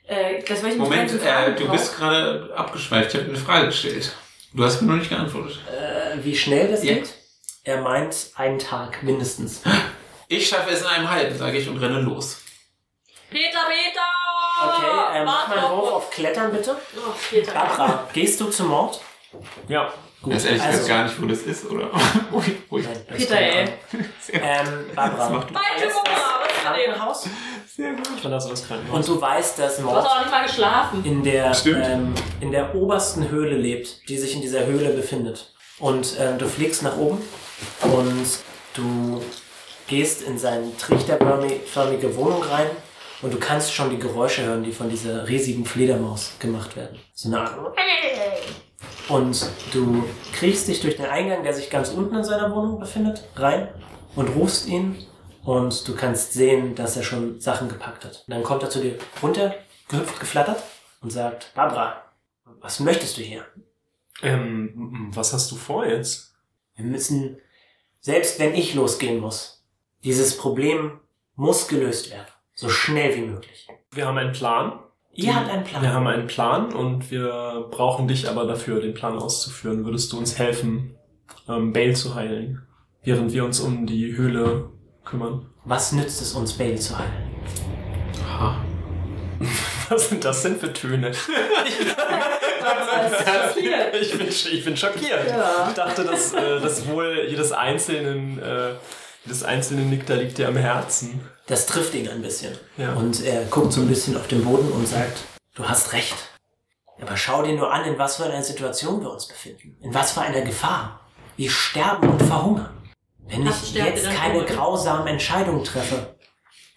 Speaker 1: Äh, das wollte ich nicht
Speaker 5: Moment,
Speaker 1: ganz
Speaker 5: äh,
Speaker 1: fragen,
Speaker 5: du
Speaker 1: Frau.
Speaker 5: bist gerade abgeschweift. Ich habe eine Frage gestellt. Du hast mir noch nicht geantwortet.
Speaker 2: Äh, wie schnell das
Speaker 5: Ja.
Speaker 2: geht? Er meint einen Tag mindestens.
Speaker 6: Ah,
Speaker 5: Ich schaffe es in einem halben, sage ich und renne los.
Speaker 6: Peter, Peter!
Speaker 2: Okay, ähm, mach mal einen Wurf
Speaker 6: auf.
Speaker 2: auf Klettern bitte.
Speaker 6: Oh, Peter.
Speaker 2: Barbara, gehst du zum Mord?
Speaker 3: Ja.
Speaker 2: Gut.
Speaker 5: Ganz ehrlich, ich weiß
Speaker 2: also-
Speaker 5: gar nicht, wo das ist, oder? Ui, ui.
Speaker 2: Nein, das kommt
Speaker 6: Peter, ey.
Speaker 2: an. Ähm,
Speaker 5: Das
Speaker 2: Barbara.
Speaker 5: macht
Speaker 6: Bei
Speaker 2: Ist
Speaker 6: Timora, was
Speaker 2: das
Speaker 6: ist mit dem?
Speaker 2: Krankenhaus?
Speaker 3: Ich verlasse das Krankenhaus.
Speaker 2: Und du weißt, dass
Speaker 6: Du hast
Speaker 2: Mord
Speaker 6: auch noch nicht mal geschlafen.
Speaker 2: in der,
Speaker 3: Stimmt.
Speaker 2: ähm, in der obersten Höhle lebt, die sich in dieser Höhle befindet. Und ähm, du fliegst nach oben und du gehst in seine trichterförmige Wohnung rein und du kannst schon die Geräusche hören, die von dieser riesigen Fledermaus gemacht werden. So eine Art. Und du kriechst dich durch den Eingang, der sich ganz unten in seiner Wohnung befindet, rein und rufst ihn und du kannst sehen, dass er schon Sachen gepackt hat. Und dann kommt er zu dir runter, gehüpft, geflattert und sagt, Barbara, was möchtest du hier?
Speaker 3: Ähm, m- was hast du vor jetzt?
Speaker 2: Wir müssen, selbst wenn ich losgehen muss, dieses Problem muss gelöst werden. So schnell wie möglich.
Speaker 3: Wir haben einen Plan.
Speaker 2: Ihr habt einen Plan.
Speaker 3: Wir haben einen Plan und wir brauchen dich aber dafür, den Plan auszuführen. Würdest du uns helfen, ähm, Bale zu heilen, während wir uns um die Höhle kümmern?
Speaker 2: Was nützt es uns, Bailey zu heilen?
Speaker 3: Was sind das denn für Töne?
Speaker 1: Was ist das hier?
Speaker 3: Ich bin, sch- ich bin schockiert.
Speaker 1: Ja.
Speaker 3: Ich dachte, dass, äh, dass wohl jedes einzelnen, äh, jedes einzelne Nick da liegt dir am Herzen.
Speaker 2: Das trifft ihn ein bisschen.
Speaker 3: Ja.
Speaker 2: Und er guckt so ein bisschen auf den Boden und sagt, du hast recht. Aber schau dir nur an, in was für einer Situation wir uns befinden. In was für einer Gefahr. Wir sterben und verhungern. Wenn
Speaker 6: Ach,
Speaker 2: ich
Speaker 6: sterben
Speaker 2: jetzt
Speaker 6: wir dann
Speaker 2: keine
Speaker 6: verhungern?
Speaker 2: grausamen Entscheidungen treffe,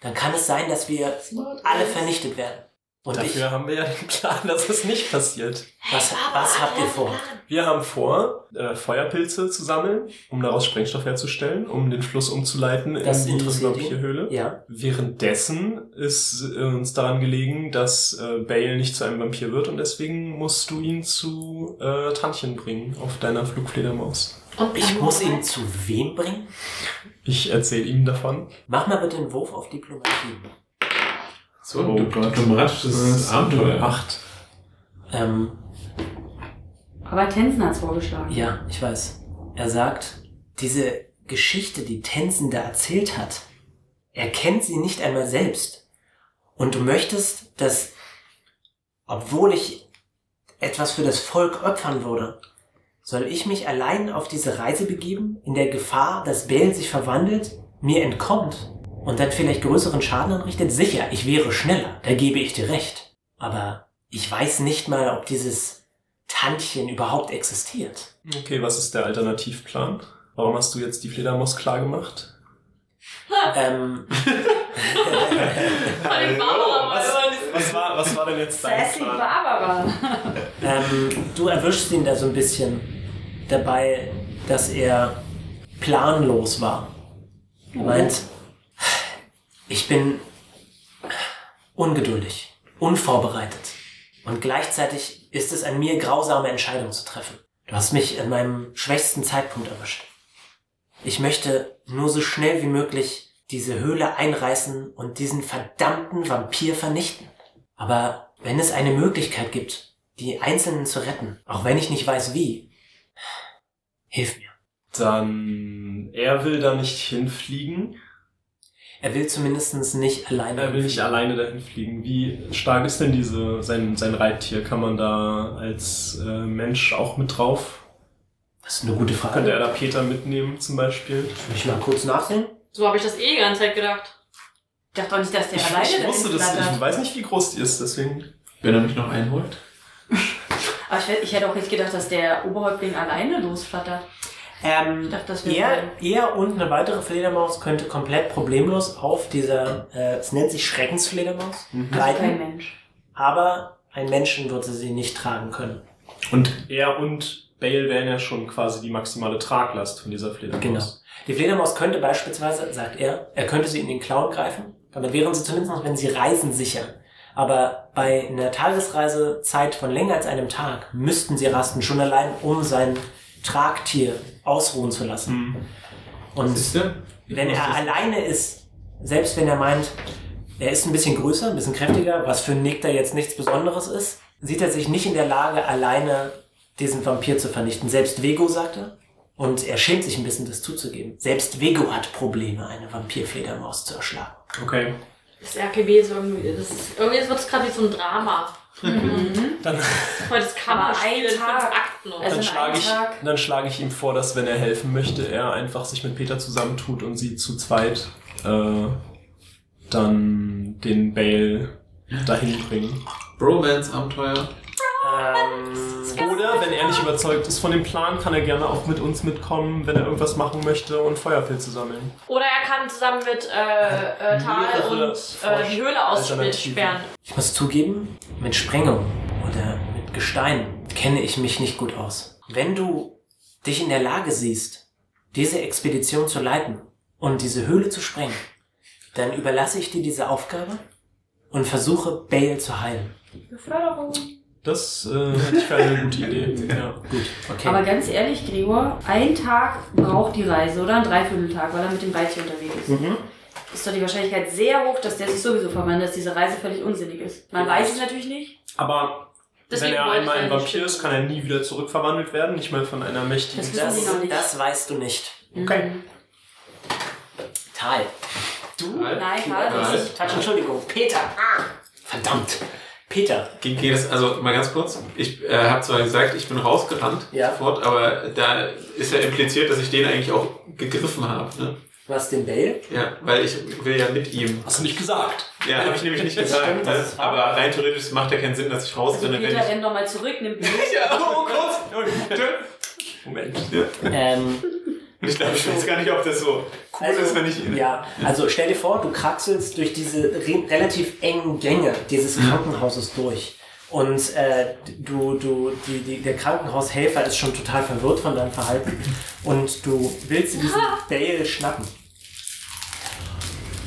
Speaker 2: dann kann es sein, dass wir alle vernichtet werden. Und
Speaker 3: Dafür haben wir ja den Plan, dass es nicht passiert.
Speaker 2: ich, was, was habt ihr vor?
Speaker 3: Wir haben vor, äh, Feuerpilze zu sammeln, um daraus Sprengstoff herzustellen, um den Fluss umzuleiten
Speaker 2: Das
Speaker 3: in die
Speaker 2: interessiert
Speaker 3: unglaubliche
Speaker 2: ihn.
Speaker 3: Höhle.
Speaker 2: Ja,
Speaker 3: Währenddessen ist äh, uns daran gelegen, dass äh, Bale nicht zu einem Vampir wird und deswegen musst du ihn zu äh, Tantchen bringen auf deiner Flugfledermaus.
Speaker 6: Und
Speaker 2: ich muss ihn zu wem bringen?
Speaker 3: Ich erzähle ihm davon.
Speaker 2: Mach mal bitte einen Wurf auf Diplomatie.
Speaker 4: So
Speaker 3: Oh
Speaker 4: ein
Speaker 3: Gott.
Speaker 4: diplomatisches Abenteuer.
Speaker 3: Acht.
Speaker 2: Ähm,
Speaker 1: Aber Tensen hat's vorgeschlagen.
Speaker 2: Ja, ich weiß. Er sagt, diese Geschichte, die Tenzin da erzählt hat, er kennt sie nicht einmal selbst. Und du möchtest, dass, obwohl ich etwas für das Volk opfern würde, soll ich mich allein auf diese Reise begeben, in der Gefahr, dass Bale sich verwandelt, mir entkommt und dann vielleicht größeren Schaden anrichtet? Sicher, ich wäre schneller, da gebe ich dir recht. Aber ich weiß nicht mal, ob dieses Tantchen überhaupt existiert.
Speaker 3: Okay, was ist der Alternativplan? Warum hast du jetzt die Fledermaus klar gemacht?
Speaker 2: Ähm,
Speaker 6: Vor allem Barbara mal hören.
Speaker 3: Was war, was war denn jetzt dein
Speaker 1: Sassy
Speaker 3: Plan?
Speaker 1: Barbara.
Speaker 2: ähm, du erwischst ihn da so ein bisschen dabei, dass er planlos war. Er meint, ich bin ungeduldig, unvorbereitet. Und gleichzeitig ist es an mir, grausame Entscheidungen zu treffen. Du hast mich an meinem schwächsten Zeitpunkt erwischt. Ich möchte nur so schnell wie möglich diese Höhle einreißen und diesen verdammten Vampir vernichten. Aber wenn es eine Möglichkeit gibt, die Einzelnen zu retten, auch wenn ich nicht weiß wie, hilf mir.
Speaker 3: Dann, er will da nicht hinfliegen.
Speaker 2: Er will zumindest nicht alleine.
Speaker 3: Er will nicht
Speaker 2: hinfliegen.
Speaker 3: alleine dahin fliegen. Wie stark ist denn diese, sein, sein Reittier? Kann man da als äh, Mensch auch mit drauf?
Speaker 2: Das ist eine gute Frage.
Speaker 3: Könnte er da Peter mitnehmen zum Beispiel?
Speaker 2: Will ich mal kurz nachsehen?
Speaker 6: So habe ich das eh die ganze Zeit gedacht.
Speaker 1: Ich dachte doch nicht, dass der
Speaker 3: Ich,
Speaker 1: alleine
Speaker 3: ich wusste
Speaker 1: dahin
Speaker 3: das, ich
Speaker 1: flattert.
Speaker 3: weiß nicht, wie groß die ist, deswegen.
Speaker 5: Wenn er mich noch einholt.
Speaker 1: Aber ich, wär- ich hätte auch nicht gedacht, dass der Oberhäuptling alleine losflattert.
Speaker 2: Ähm,
Speaker 1: Ich dachte, das wäre.
Speaker 2: er, er und eine weitere Fledermaus könnte komplett problemlos auf dieser, äh, es nennt sich Schreckensfledermaus,
Speaker 1: Also kein
Speaker 2: gleiten,
Speaker 1: Mensch.
Speaker 2: aber ein Menschen würde sie nicht tragen können.
Speaker 3: Und er und Bale wären ja schon quasi die maximale Traglast von dieser Fledermaus.
Speaker 2: Genau. Die Fledermaus könnte beispielsweise, sagt er, er könnte sie in den Clown greifen. Damit wären sie zumindest, noch, wenn sie reisen, sicher. Aber bei einer Tagesreisezeit von länger als einem Tag müssten sie rasten, schon allein um sein Tragtier ausruhen zu lassen.
Speaker 3: Hm.
Speaker 2: Und
Speaker 5: Siehste? Ich
Speaker 2: wenn
Speaker 5: muss
Speaker 2: er
Speaker 5: das-
Speaker 2: alleine ist, selbst wenn er meint, er ist ein bisschen größer, ein bisschen kräftiger, was für Nick da jetzt nichts Besonderes ist, sieht er sich nicht in der Lage, alleine diesen Vampir zu vernichten. Selbst Vego sagte, und er schämt sich ein bisschen, das zuzugeben. Selbst Vego hat Probleme, eine Vampirfledermaus zu erschlagen.
Speaker 3: Okay.
Speaker 6: Das RKB ist irgendwie, das ist, irgendwie wird es gerade wie so ein Drama.
Speaker 2: Mhm.
Speaker 6: Mhm.
Speaker 3: Dann,
Speaker 6: Weil das kann man
Speaker 1: Aber ein
Speaker 6: spielen,
Speaker 1: Tag.
Speaker 6: fünf Akten noch.
Speaker 1: Also
Speaker 3: dann,
Speaker 1: ein
Speaker 3: schlage ich,
Speaker 1: Eintrag.
Speaker 3: dann schlage ich ihm vor, dass wenn er helfen möchte, er einfach sich mit Peter zusammentut und sie zu zweit äh, dann den Bale dahin bringen.
Speaker 5: Bromance-Abenteuer.
Speaker 2: Ähm,
Speaker 3: Oder wenn er nicht überzeugt ist von dem Plan, kann er gerne auch mit uns mitkommen, wenn er irgendwas machen möchte und Feuerpilze sammeln.
Speaker 6: Oder er kann zusammen mit äh, äh, Tal
Speaker 3: Mehrere
Speaker 6: und äh, die Höhle
Speaker 2: Also
Speaker 3: Alternativen.
Speaker 6: aussperren.
Speaker 2: ich muss zugeben, mit Sprengung oder mit Gestein kenne ich mich nicht gut aus. Wenn du dich in der Lage siehst, diese Expedition zu leiten und diese Höhle zu sprengen, dann überlasse ich dir diese Aufgabe und versuche, Bale zu heilen.
Speaker 1: Beförderung.
Speaker 3: Das äh, hätte ich für eine gute Idee. Ja.
Speaker 2: Gut, okay.
Speaker 1: Aber ganz ehrlich, Gregor, ein Tag braucht die Reise oder ein Dreivierteltag, weil er mit dem Reittier unterwegs ist.
Speaker 2: mhm.
Speaker 1: Ist doch die Wahrscheinlichkeit sehr hoch, dass der sich sowieso verwandelt, dass diese Reise völlig unsinnig ist. Man weiß es natürlich nicht.
Speaker 3: Aber
Speaker 6: Deswegen
Speaker 3: wenn er
Speaker 6: wollte ich
Speaker 3: einmal ein
Speaker 6: eigentlich
Speaker 3: Vampir
Speaker 6: stimmen.
Speaker 3: ist, kann er nie wieder zurückverwandelt werden, nicht mal von einer mächtigen.
Speaker 1: Das wissen
Speaker 2: das,
Speaker 1: Sie noch nicht.
Speaker 2: das weißt du nicht.
Speaker 3: Okay.
Speaker 1: Mhm.
Speaker 2: Tal.
Speaker 1: Nein, klar, das ist
Speaker 2: Quatsch, Entschuldigung. Peter. Ah, verdammt. Peter.
Speaker 5: Ging geht es, also mal ganz kurz, ich äh, habe zwar gesagt, ich bin rausgerannt
Speaker 2: Ja.
Speaker 5: sofort, aber da ist ja impliziert, dass ich den eigentlich auch gegriffen habe. Ne?
Speaker 2: Was den Bale?
Speaker 5: Ja, weil ich will ja mit ihm.
Speaker 3: Hast du nicht gesagt?
Speaker 5: Ja, habe ich nämlich nicht
Speaker 2: Das
Speaker 5: gesagt.
Speaker 2: stimmt, Also das
Speaker 5: ne?
Speaker 2: ist wahr.
Speaker 5: aber rein theoretisch es macht ja keinen Sinn, dass ich raus bin, wenn ich.
Speaker 1: Also Peter rennt nochmal zurück, nimmt ihn mit.
Speaker 5: Ja, oh Gott!
Speaker 3: Moment.
Speaker 2: Ähm,
Speaker 5: Und ich glaube, ich weiß gar nicht, ob das so cool ist, wenn ich ihn.
Speaker 2: Ja, also stell dir vor, du kraxelst durch diese re relativ engen Gänge dieses
Speaker 5: Mhm.
Speaker 2: Krankenhauses durch. Und äh, du, du, die, die, der Krankenhaushelfer ist schon total verwirrt von deinem Verhalten. Und du willst dir diesen Bale schnappen.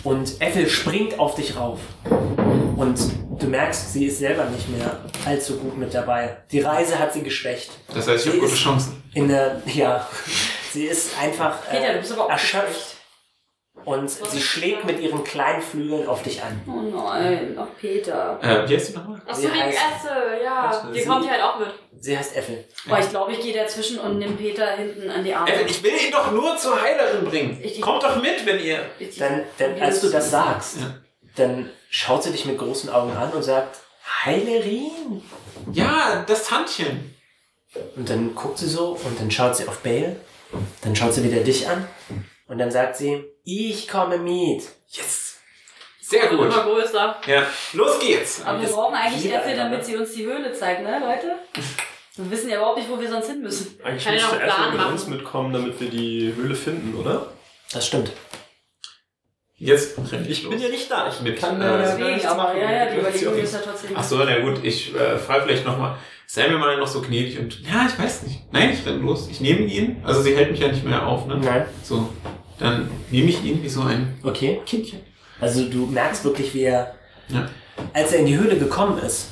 Speaker 2: Und Ethel springt auf dich rauf. Und du merkst, sie ist selber nicht mehr allzu gut mit dabei. Die Reise hat sie geschwächt.
Speaker 5: Das heißt, ich habe gute Chancen.
Speaker 2: In der, ja, sie ist einfach äh,
Speaker 1: Peter, du bist aber auch
Speaker 2: erschöpft. Und sie schlägt mit ihren kleinen Flügeln auf dich an.
Speaker 1: Oh nein, auch Peter.
Speaker 5: Äh, wie heißt du nochmal?
Speaker 6: Achso,
Speaker 2: Wie
Speaker 6: wegen
Speaker 2: heißt-
Speaker 6: Esse, ja.
Speaker 2: Esse,
Speaker 6: Die
Speaker 2: sie-
Speaker 6: kommt hier halt auch mit.
Speaker 2: Sie heißt Effel.
Speaker 1: Boah, ich glaube, ich gehe dazwischen und nehme Peter hinten an die Arme.
Speaker 5: Äh, Ich will ihn doch nur zur Heilerin bringen.
Speaker 1: Ich-
Speaker 5: Kommt doch mit, wenn ihr.
Speaker 1: Ich-
Speaker 2: Dann, dann, als du das sagst, dann schaut sie dich mit großen Augen an und sagt, Heilerin.
Speaker 5: Ja, das Tantchen.
Speaker 2: Und dann guckt sie so und dann schaut sie auf Bale. Dann schaut sie wieder dich an. Und dann sagt sie, ich komme mit.
Speaker 5: Yes. Sehr
Speaker 6: Und immer
Speaker 5: gut.
Speaker 6: größer.
Speaker 5: Ja, los geht's.
Speaker 1: Aber wir brauchen eigentlich
Speaker 2: Lieber
Speaker 1: Äpfel, damit
Speaker 2: einander.
Speaker 1: sie uns die Höhle zeigt, ne, Leute? Wir wissen ja überhaupt nicht, wo wir sonst hin müssen.
Speaker 3: Eigentlich
Speaker 6: Kann er noch
Speaker 3: müsste
Speaker 6: einen
Speaker 3: Ethel
Speaker 6: Plan
Speaker 3: mit
Speaker 6: machen?
Speaker 3: uns mitkommen, damit wir die Höhle finden, oder?
Speaker 2: Das stimmt.
Speaker 5: Jetzt renn ich
Speaker 3: Ich
Speaker 5: los.
Speaker 3: bin ja nicht da. Ich
Speaker 5: Mit-
Speaker 3: kann
Speaker 5: Ja,
Speaker 3: äh,
Speaker 5: das
Speaker 1: Deswegen,
Speaker 5: nichts
Speaker 1: aber
Speaker 5: machen.
Speaker 1: ja, ja,
Speaker 5: Das
Speaker 1: die
Speaker 5: wird sie
Speaker 1: Überlegung
Speaker 5: auch
Speaker 1: ist ja trotzdem.
Speaker 5: Ach so, na gut, ich äh, frage vielleicht nochmal. Sei mir mal noch so gnädig und. Ja, ich weiß nicht. Nein, ich renn los. Ich nehme ihn. Also sie hält mich ja nicht mehr auf, ne?
Speaker 2: Nein.
Speaker 5: So. Dann nehme ich ihn wie so ein
Speaker 2: Okay.
Speaker 5: Kindchen.
Speaker 2: Also du merkst wirklich, wie er,
Speaker 5: Ja.
Speaker 2: als er in die Höhle gekommen ist,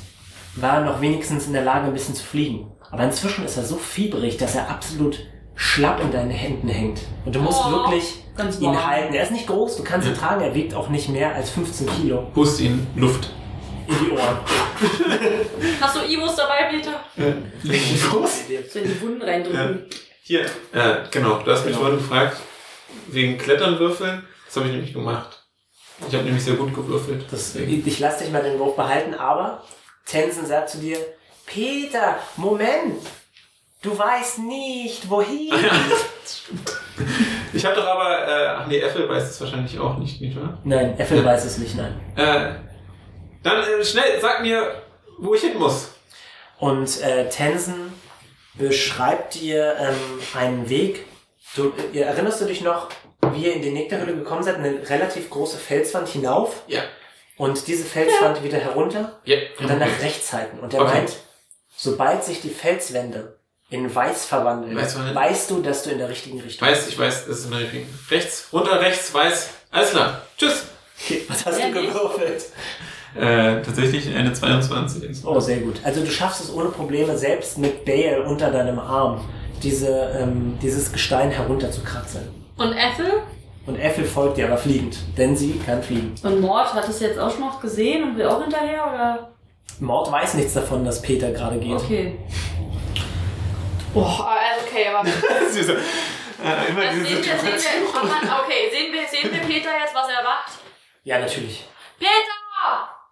Speaker 2: war er noch wenigstens in der Lage, ein bisschen zu fliegen. Aber inzwischen ist er so fiebrig, dass er absolut schlapp in deinen Händen hängt. Und du musst
Speaker 6: Oh.
Speaker 2: wirklich
Speaker 1: Ganz
Speaker 2: ihn
Speaker 1: warm.
Speaker 2: halten. Er ist nicht groß, du kannst ihn
Speaker 4: Ja.
Speaker 2: tragen, er wiegt auch nicht mehr als 15 Kilo
Speaker 4: Pust ihn Luft.
Speaker 2: in die Ohren.
Speaker 6: Hast du Ibus dabei, Peter?
Speaker 1: So in die Wunden reindrücken.
Speaker 4: Hier, äh, genau, du hast mich vorhin gefragt, wegen Kletternwürfeln. Das habe ich nämlich gemacht. Ich habe nämlich sehr gut gewürfelt.
Speaker 2: Das,
Speaker 4: Deswegen.
Speaker 2: ich lasse dich mal den Wurf behalten, aber Tensen sagt zu dir, Peter, Moment, du weißt nicht, wohin.
Speaker 4: Ich habe doch aber, äh, ach nee, Äffel weiß es wahrscheinlich auch nicht, nicht wahr?
Speaker 2: Nein, Äffel weiß es nicht, nein.
Speaker 4: Äh, dann äh, schnell, sag mir, wo ich hin muss.
Speaker 2: Und äh, Tensen beschreibt dir ähm, einen Weg. Du, ihr, erinnerst du dich noch, wie ihr in die Nektarhöhle gekommen seid? Eine relativ große Felswand hinauf
Speaker 4: Ja.
Speaker 2: und diese Felswand wieder herunter
Speaker 4: Ja.
Speaker 2: und dann nach rechts halten. Und er
Speaker 4: Okay.
Speaker 2: meint, sobald sich die Felswände in weiß verwandeln,
Speaker 4: Weiß verwandeln.
Speaker 2: weißt du, dass du in der richtigen
Speaker 4: Ich
Speaker 2: Richtung
Speaker 4: weiß, ich weiß, es ist in der richtigen. Rechts, runter, rechts, weiß. Alles klar. Tschüss.
Speaker 2: Okay, was hast du
Speaker 1: Ehrlich?
Speaker 2: gewürfelt?
Speaker 5: Äh, tatsächlich eine 22.
Speaker 2: Oh, sehr gut. Also du schaffst es ohne Probleme, selbst mit Bale unter deinem Arm diese, ähm, dieses Gestein herunterzukratzen.
Speaker 6: Und Ethel?
Speaker 2: Und Äffel folgt dir aber fliegend, denn sie kann fliegen.
Speaker 1: Und Mord hat es jetzt auch schon noch gesehen und will auch hinterher, oder?
Speaker 2: Mord weiß nichts davon, dass Peter gerade geht.
Speaker 1: Okay.
Speaker 6: Oh, also okay, aber.
Speaker 5: Äh, immer
Speaker 6: Also sehen, wir, sehen, wir, Aha, okay, sehen, wir, sehen wir Peter jetzt, was er macht?
Speaker 2: Ja, natürlich.
Speaker 6: Peter!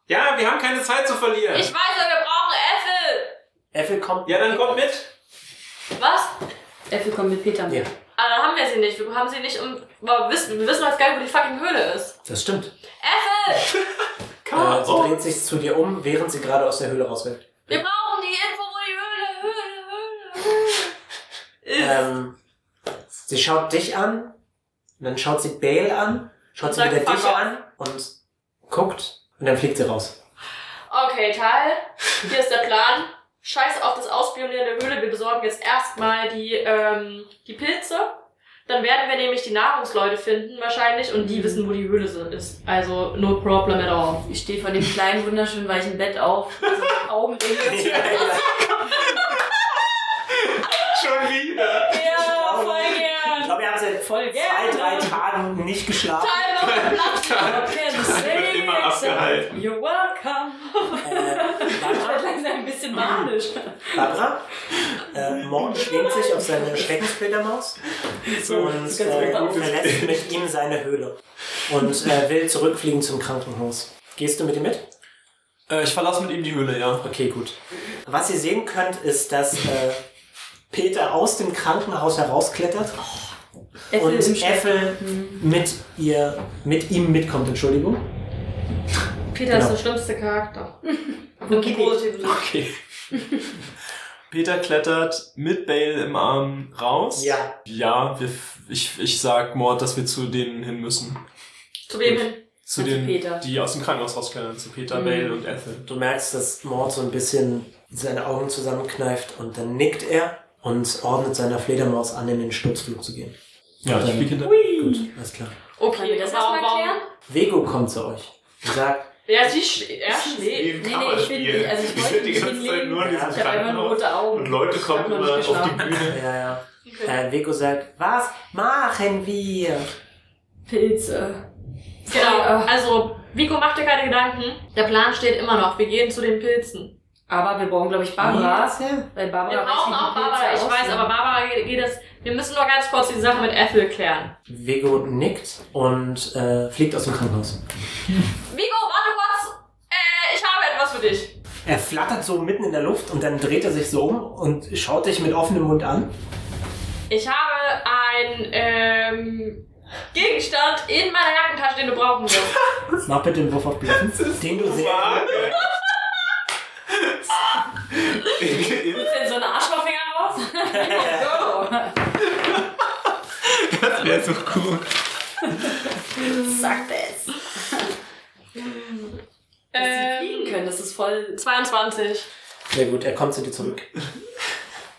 Speaker 4: Ja, wir haben keine Zeit zu verlieren.
Speaker 6: Ich weiß, wir brauchen Äffel!
Speaker 2: Äffel kommt.
Speaker 4: ja, dann kommt mit.
Speaker 6: Was?
Speaker 1: Äffel kommt mit Peter mit.
Speaker 2: Ja,
Speaker 6: Aber dann haben wir sie nicht. Wir haben sie nicht um. Wir wissen, wir wissen jetzt gar nicht, wo die fucking Höhle ist.
Speaker 2: das stimmt.
Speaker 6: Äffel!
Speaker 2: Äh, sie dreht sich zu dir um, während sie gerade aus der Höhle raus will.
Speaker 6: Wir brauchen die Info, wo die Höhle, Höhle, Höhle, Höhle ist.
Speaker 2: Ähm, sie schaut dich an, und dann schaut sie Bale an, schaut sie
Speaker 6: Sagt,
Speaker 2: wieder
Speaker 6: fuck
Speaker 2: dich
Speaker 6: off.
Speaker 2: an und guckt und dann fliegt sie raus.
Speaker 6: Okay, Teil. Hier ist der Plan. Scheiß auf das Auspionieren der Höhle. Wir besorgen jetzt erstmal die, ähm, die Pilze. Dann werden wir nämlich die Nahrungsleute finden wahrscheinlich und
Speaker 1: Mhm.
Speaker 6: die wissen, wo die Höhle so ist. Also no problem at all.
Speaker 1: Ich stehe von dem kleinen, wunderschönen, weichen Bett auf. Also Augenringe.
Speaker 4: Schon wieder.
Speaker 6: Ja,
Speaker 1: Ah,
Speaker 6: voll
Speaker 2: Ich
Speaker 6: gern.
Speaker 2: glaube, wir haben seit
Speaker 1: Voll
Speaker 2: zwei,
Speaker 1: gerne.
Speaker 2: drei Tagen nicht geschlafen.
Speaker 6: Teil auf dem Platz.
Speaker 1: wird
Speaker 4: immer abgehalten.
Speaker 1: You're welcome.
Speaker 2: Äh,
Speaker 1: Ich werde
Speaker 2: Barbara,
Speaker 1: langsam ein bisschen manisch.
Speaker 2: Barbara äh, Mord schwingt sich auf seine Schreckensfledermaus und äh, verlässt mit ihm seine Höhle und äh, will zurückfliegen zum Krankenhaus. Gehst du mit ihm mit?
Speaker 3: Äh, ich verlasse mit ihm die Höhle, ja.
Speaker 2: Okay, gut. Was ihr sehen könnt, ist, dass äh, Peter aus dem Krankenhaus herausklettert
Speaker 1: Äffel im
Speaker 2: und
Speaker 1: Schatten.
Speaker 2: Äffel
Speaker 1: Hm.
Speaker 2: mit, ihr, mit ihm mitkommt. Entschuldigung.
Speaker 6: Peter ist der schlimmste Charakter.
Speaker 1: Genau. Okay,
Speaker 6: Positiv.
Speaker 3: Okay. Peter klettert mit Bale im Arm raus.
Speaker 2: Ja.
Speaker 3: Ja, wir, f- ich, ich sag Mord, dass wir zu denen hin müssen.
Speaker 6: Zu wem hin?
Speaker 3: Zu
Speaker 1: Also
Speaker 3: denen,
Speaker 1: Peter.
Speaker 3: die aus dem Krankenhaus rausklettern. Zu Peter, Bale und Ethel.
Speaker 2: Du merkst, dass Mord so ein bisschen seine Augen zusammenkneift und dann nickt er und ordnet seiner Fledermaus an, in den Sturzflug zu gehen.
Speaker 3: Ja, ich
Speaker 2: Dann-
Speaker 3: fliege hinter.
Speaker 2: Gut, alles klar.
Speaker 1: Können
Speaker 6: Okay,
Speaker 1: wir das erstmal klären?
Speaker 2: Vego kommt zu euch und sagt,
Speaker 6: Ja, sie schl- er
Speaker 4: Wie
Speaker 6: schläft.
Speaker 4: im
Speaker 1: Nee, nee, ich bin nicht. Also ich
Speaker 4: Wir
Speaker 1: wollte
Speaker 4: sind die
Speaker 1: nicht
Speaker 4: ganze Zeit
Speaker 1: hinlegen.
Speaker 4: nur in diesem
Speaker 1: Ich habe einfach nur
Speaker 4: Krankenhaus.
Speaker 1: rote Augen.
Speaker 4: Und Leute
Speaker 1: Ich
Speaker 4: kommen
Speaker 1: hab noch
Speaker 4: immer
Speaker 1: nicht
Speaker 4: auf die
Speaker 1: geschlafen.
Speaker 4: Bühne.
Speaker 2: ja, ja.
Speaker 6: Okay.
Speaker 2: Äh, Vego sagt, was machen wir?
Speaker 1: Pilze.
Speaker 6: Genau.
Speaker 1: Sorry, äh,
Speaker 6: Also, Vico, mach dir keine Gedanken. Der Plan steht immer noch. Wir gehen zu den Pilzen.
Speaker 1: Aber wir brauchen, glaube ich,
Speaker 4: Mhm.
Speaker 1: Barbara. Weil Barbara
Speaker 6: Wir brauchen
Speaker 1: weiß, wie
Speaker 6: auch
Speaker 1: die Pilze
Speaker 6: Barbara, ich weiß,
Speaker 1: aussehen.
Speaker 6: aber Barbara geht, geht es. Wir müssen nur ganz kurz die Sache mit Äffel klären.
Speaker 2: Vego nickt und äh, fliegt aus dem Krankenhaus.
Speaker 6: Vigo, warte kurz! Äh, ich habe etwas für dich.
Speaker 2: Er flattert so mitten in der Luft und dann dreht er sich so um und schaut dich mit offenem Mund an.
Speaker 6: Ich habe einen ähm, Gegenstand in meiner Jackentasche, den du brauchen wirst.
Speaker 2: Mach bitte den Wurf auf Bluffen, den du sehr...
Speaker 1: Ist denn so ein Arschlochfinger raus?
Speaker 5: Wäre so cool.
Speaker 1: Sagt es. Dass sie fliegen
Speaker 6: ähm,
Speaker 1: können, das ist voll.
Speaker 6: 22.
Speaker 2: Sehr gut, er kommt zu dir zurück.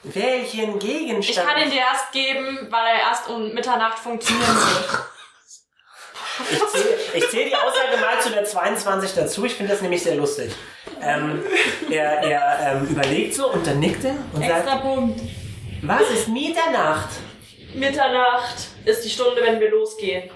Speaker 2: Welchen Gegenstand?
Speaker 6: Ich kann ihn dir erst geben, weil er erst um Mitternacht funktionieren wird.
Speaker 2: Ich zähle ich zähl die Aussage mal zu der 22 dazu. Ich finde das nämlich sehr lustig. Ähm, er er ähm, überlegt so und dann nickt er und sagt,
Speaker 1: Punkt.
Speaker 2: was ist Mitternacht?
Speaker 6: Mitternacht ist die Stunde, wenn wir losgehen.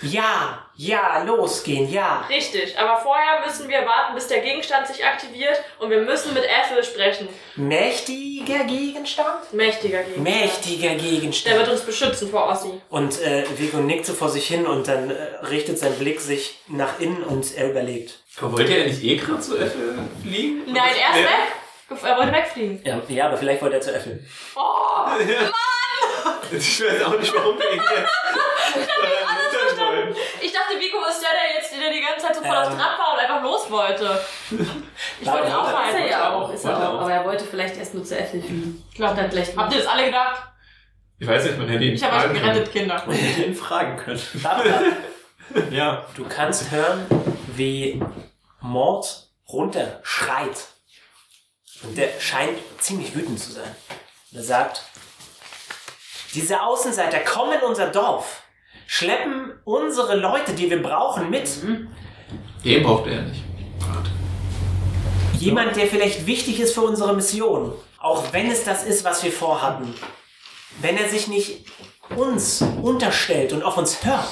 Speaker 2: Ja, ja, losgehen, ja.
Speaker 6: Richtig, aber vorher müssen wir warten, bis der Gegenstand sich aktiviert und wir müssen mit Äffel sprechen.
Speaker 2: Mächtiger Gegenstand?
Speaker 6: Mächtiger Gegenstand.
Speaker 2: Mächtiger
Speaker 6: Der
Speaker 2: Gegenstand.
Speaker 6: wird uns beschützen vor Ossi.
Speaker 2: Und äh, Vigo nickt so vor sich hin und dann äh, richtet sein Blick sich nach innen und er überlegt.
Speaker 5: Aber wollt ihr ja nicht eh gerade zu Äffel fliegen? Und
Speaker 6: Nein,
Speaker 5: das-
Speaker 6: er ist
Speaker 5: Ja.
Speaker 6: weg. Gef- Er wollte wegfliegen.
Speaker 2: Ja, ja aber vielleicht wollte er zu Äffel.
Speaker 6: Oh,
Speaker 5: Ich weiß auch nicht, warum wir ihn jetzt äh, wollen.
Speaker 6: ich dachte, Vico ist der, der jetzt der die ganze Zeit so voll
Speaker 2: Ähm.
Speaker 6: auf Trab war und einfach los wollte. Ich wollte ihn
Speaker 1: Ist er
Speaker 6: aufhalten.
Speaker 1: ja auch, ist er
Speaker 5: Warte
Speaker 1: auch.
Speaker 5: auf.
Speaker 1: Aber er wollte vielleicht erst nur zu Äffel fliegen. Ich glaube, dann vielleicht
Speaker 6: Habt ihr das alle gedacht?
Speaker 5: Ich weiß nicht, man hätte ihn
Speaker 6: Ich habe euch
Speaker 5: fragen
Speaker 6: gerettet, Kinder.
Speaker 3: Man hätte ihn fragen können. ja.
Speaker 2: Du kannst hören, wie Mord runter schreit. Und der scheint ziemlich wütend zu sein. Und er sagt, diese Außenseiter kommen in unser Dorf, schleppen unsere Leute, die wir brauchen, mit.
Speaker 5: können. Den braucht er nicht.
Speaker 2: Jemand, der vielleicht wichtig ist für unsere Mission. Auch wenn es das ist, was wir vorhatten. Wenn er sich nicht uns unterstellt und auf uns hört,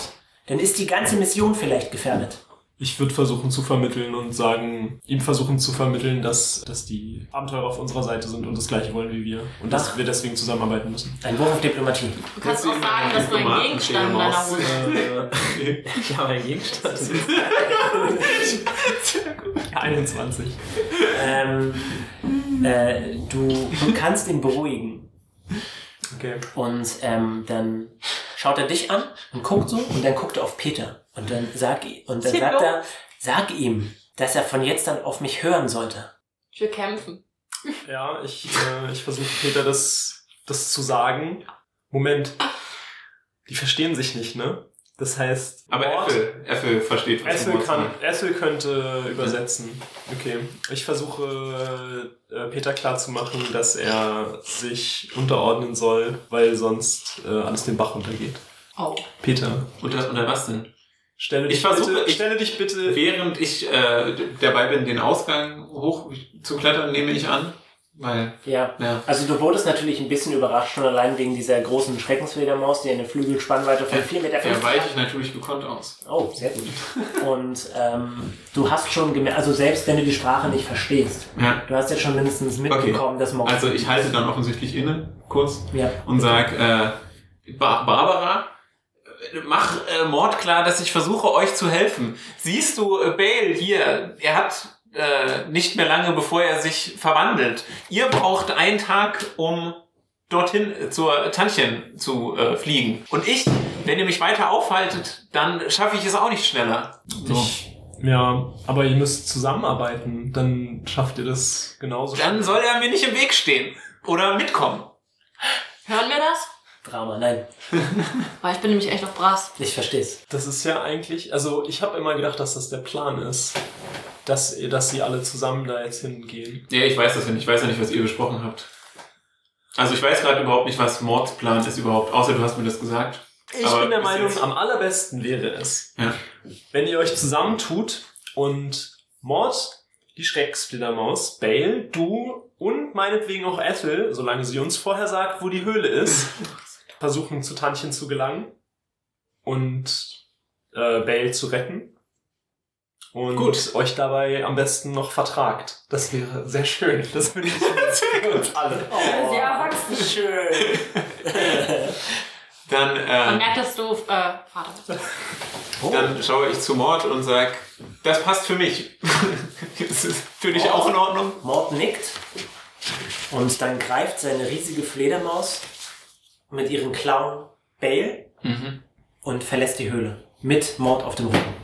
Speaker 2: dann ist die ganze Mission vielleicht gefährdet.
Speaker 3: Ich würde versuchen zu vermitteln und sagen, ihm versuchen zu vermitteln, dass, dass die Abenteurer auf unserer Seite sind und das gleiche wollen wie wir. Und dass
Speaker 2: Ach.
Speaker 3: wir deswegen zusammenarbeiten müssen.
Speaker 2: Ein Wurf auf Diplomatie.
Speaker 6: Du kannst
Speaker 5: Jetzt
Speaker 6: auch
Speaker 5: sehen wir
Speaker 6: sagen,
Speaker 5: den
Speaker 6: dass du einen
Speaker 5: Diplomaten
Speaker 6: Gegenstand in
Speaker 5: stehen
Speaker 6: deiner
Speaker 5: raus.
Speaker 6: Hose hast.
Speaker 9: Ich habe einen Gegenstand.
Speaker 3: 21.
Speaker 2: Ähm, äh, du, du kannst ihn beruhigen.
Speaker 3: Okay.
Speaker 2: Und ähm, dann schaut er dich an und guckt so und dann guckt er auf Peter. Und dann, sag, i- und dann
Speaker 6: Zip
Speaker 2: sagt er, sag ihm, dass er von jetzt an auf mich hören sollte.
Speaker 6: Ich will kämpfen.
Speaker 3: Ja, ich, äh, ich versuche Peter das, das zu sagen. Moment. Die verstehen sich nicht, ne? Das heißt.
Speaker 5: Aber
Speaker 3: Mord-
Speaker 5: Äffel, Äffel versteht, was
Speaker 3: Essel,
Speaker 5: du
Speaker 3: kann, Essel könnte übersetzen. Okay. Ich versuche äh, Peter klarzumachen, dass er sich unterordnen soll, weil sonst äh, alles den Bach runtergeht.
Speaker 6: Oh.
Speaker 3: Peter,
Speaker 5: Unter, unter was denn?
Speaker 3: stelle dich,
Speaker 5: Ich versuche-
Speaker 3: bitte,
Speaker 5: ich-
Speaker 3: stelle dich bitte.
Speaker 5: Während ich äh, d- dabei bin, den Ausgang hoch zu klettern, nehme ich an. Weil,
Speaker 2: Ja.
Speaker 5: ja.
Speaker 2: Also du wurdest natürlich ein bisschen überrascht, schon allein wegen dieser großen Schreckensfledermaus, die eine Flügelspannweite von 4,50 Meter
Speaker 5: Der weiche ich natürlich gekonnt aus.
Speaker 2: Oh, sehr gut. Und ähm, du hast schon gemerkt, also selbst wenn du die Sprache nicht verstehst,
Speaker 5: Ja.
Speaker 2: du hast ja schon mindestens mitbekommen, dass Mord.
Speaker 5: Also ich halte dann offensichtlich inne, kurz,
Speaker 2: ja.
Speaker 5: und sag, äh, ba Barbara, äh, mach äh, Mord klar, dass ich versuche, euch zu helfen. Siehst du, äh, Bale hier, er hat äh, nicht mehr lange, bevor er sich verwandelt. Ihr braucht einen Tag, um dorthin äh, zur Tantchen zu äh, fliegen. Und ich, wenn ihr mich weiter aufhaltet, dann schaffe ich es auch nicht schneller. So.
Speaker 3: Ich, ja, aber ihr müsst zusammenarbeiten, dann schafft ihr das genauso.
Speaker 5: Dann soll er mir nicht im Weg stehen oder mitkommen.
Speaker 6: Hören wir das?
Speaker 2: Drama, nein,
Speaker 6: Weil ich bin nämlich echt auf Brass.
Speaker 2: ich versteh's.
Speaker 3: Das ist ja eigentlich, also ich habe immer gedacht, dass das der Plan ist, dass, dass sie alle zusammen da jetzt hingehen.
Speaker 5: Ja, ich weiß das ja nicht. Ich weiß ja nicht, was ihr besprochen habt. Also ich weiß gerade überhaupt nicht, was Mordsplan ist überhaupt, außer du hast mir das gesagt.
Speaker 3: Ich
Speaker 5: Aber
Speaker 3: bin der
Speaker 5: bis
Speaker 3: Meinung,
Speaker 5: jetzt-
Speaker 3: am allerbesten wäre es,
Speaker 5: Ja.
Speaker 3: wenn ihr euch zusammentut und Mord, die Schrecksplittermaus, Bale, du und meinetwegen auch Ethel, solange sie uns vorher sagt, wo die Höhle ist, versuchen zu Tantchen zu gelangen und äh, Bale zu retten. Und
Speaker 5: Gut.
Speaker 3: euch dabei am besten noch vertragt. Das wäre sehr schön. Das würde ich für uns alle.
Speaker 6: Oh.
Speaker 1: Sehr erwachsen.
Speaker 2: Schön.
Speaker 5: Dann,
Speaker 1: Ähm.
Speaker 6: Man
Speaker 5: äh,
Speaker 6: merkt, dass du äh, Vater bist.
Speaker 5: dann schaue ich zu Mord und sag, das passt für mich. ist es für dich auch in Ordnung?
Speaker 2: Mord nickt und dann greift seine riesige Fledermaus mit ihren Klauen Bale
Speaker 3: Mhm.
Speaker 2: und verlässt die Höhle. Mit Mord auf dem Rücken.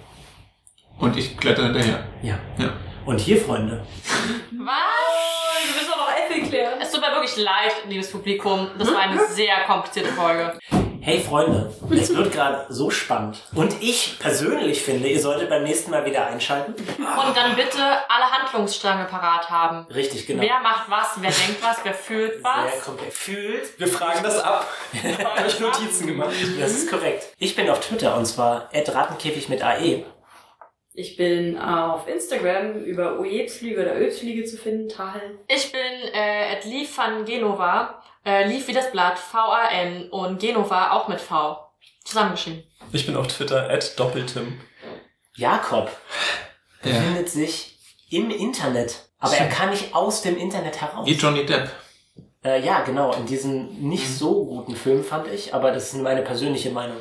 Speaker 5: Und ich kletter hinterher.
Speaker 2: Ja.
Speaker 5: Ja.
Speaker 2: Und hier, Freunde,
Speaker 6: Was?
Speaker 1: Oh, Du bist aber auch Äffel klären.
Speaker 6: Es tut mir wirklich leid, liebes Publikum. Das war
Speaker 1: Hm?
Speaker 6: eine sehr komplizierte Folge.
Speaker 2: Hey Freunde, es wird gerade so spannend. Und ich persönlich finde, ihr solltet beim nächsten Mal wieder einschalten.
Speaker 6: Und dann bitte alle Handlungsstränge parat haben.
Speaker 2: Richtig, genau.
Speaker 6: Wer macht was, wer denkt was, wer fühlt was.
Speaker 2: Sehr komplex. Fühlt.
Speaker 3: Wir fragen das ab. Habe ich Notizen gemacht.
Speaker 2: Das ist korrekt. Ich bin auf Twitter und zwar @rattenkäfig mit E. AE.
Speaker 1: Ich bin auf Instagram über Ojebsfliege oder Ölsfliege zu finden, Tal.
Speaker 6: Ich bin äh, at Lee van Genova Äh, lief wie das Blatt, V-A-N und Genova auch mit V. Zusammengeschrieben.
Speaker 3: Ich bin auf Twitter at doppeltim.
Speaker 2: Jakob
Speaker 5: Ja.
Speaker 2: befindet sich im Internet, aber er kann nicht aus dem Internet heraus.
Speaker 5: Wie Johnny Depp.
Speaker 2: Äh, ja, genau, in diesem nicht so guten Film fand ich, aber das ist nur meine persönliche Meinung.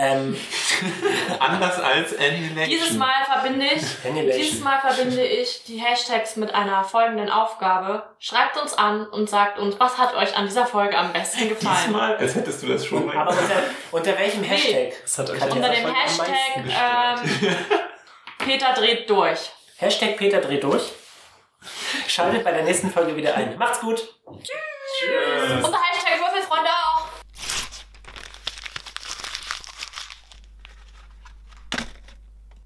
Speaker 2: Ähm,
Speaker 5: Anders als Annie Leck.
Speaker 6: Dieses Mal verbinde ich,
Speaker 2: Annihilation.
Speaker 6: dieses Mal verbinde ich die Hashtags mit einer folgenden Aufgabe. Schreibt uns an und sagt uns, was hat euch an dieser Folge am besten gefallen.
Speaker 5: Diesmal, als hättest du das schon mal
Speaker 2: aber unter, unter welchem Hashtag?
Speaker 3: Das hat euch
Speaker 2: Katja,
Speaker 6: Unter
Speaker 2: das
Speaker 6: dem
Speaker 2: hat am
Speaker 6: Hashtag
Speaker 2: meisten
Speaker 6: ähm, Peter dreht durch.
Speaker 2: Hashtag Peter dreht durch. Schaltet bei der nächsten Folge wieder ein. Macht's gut!
Speaker 6: Unter Hashtag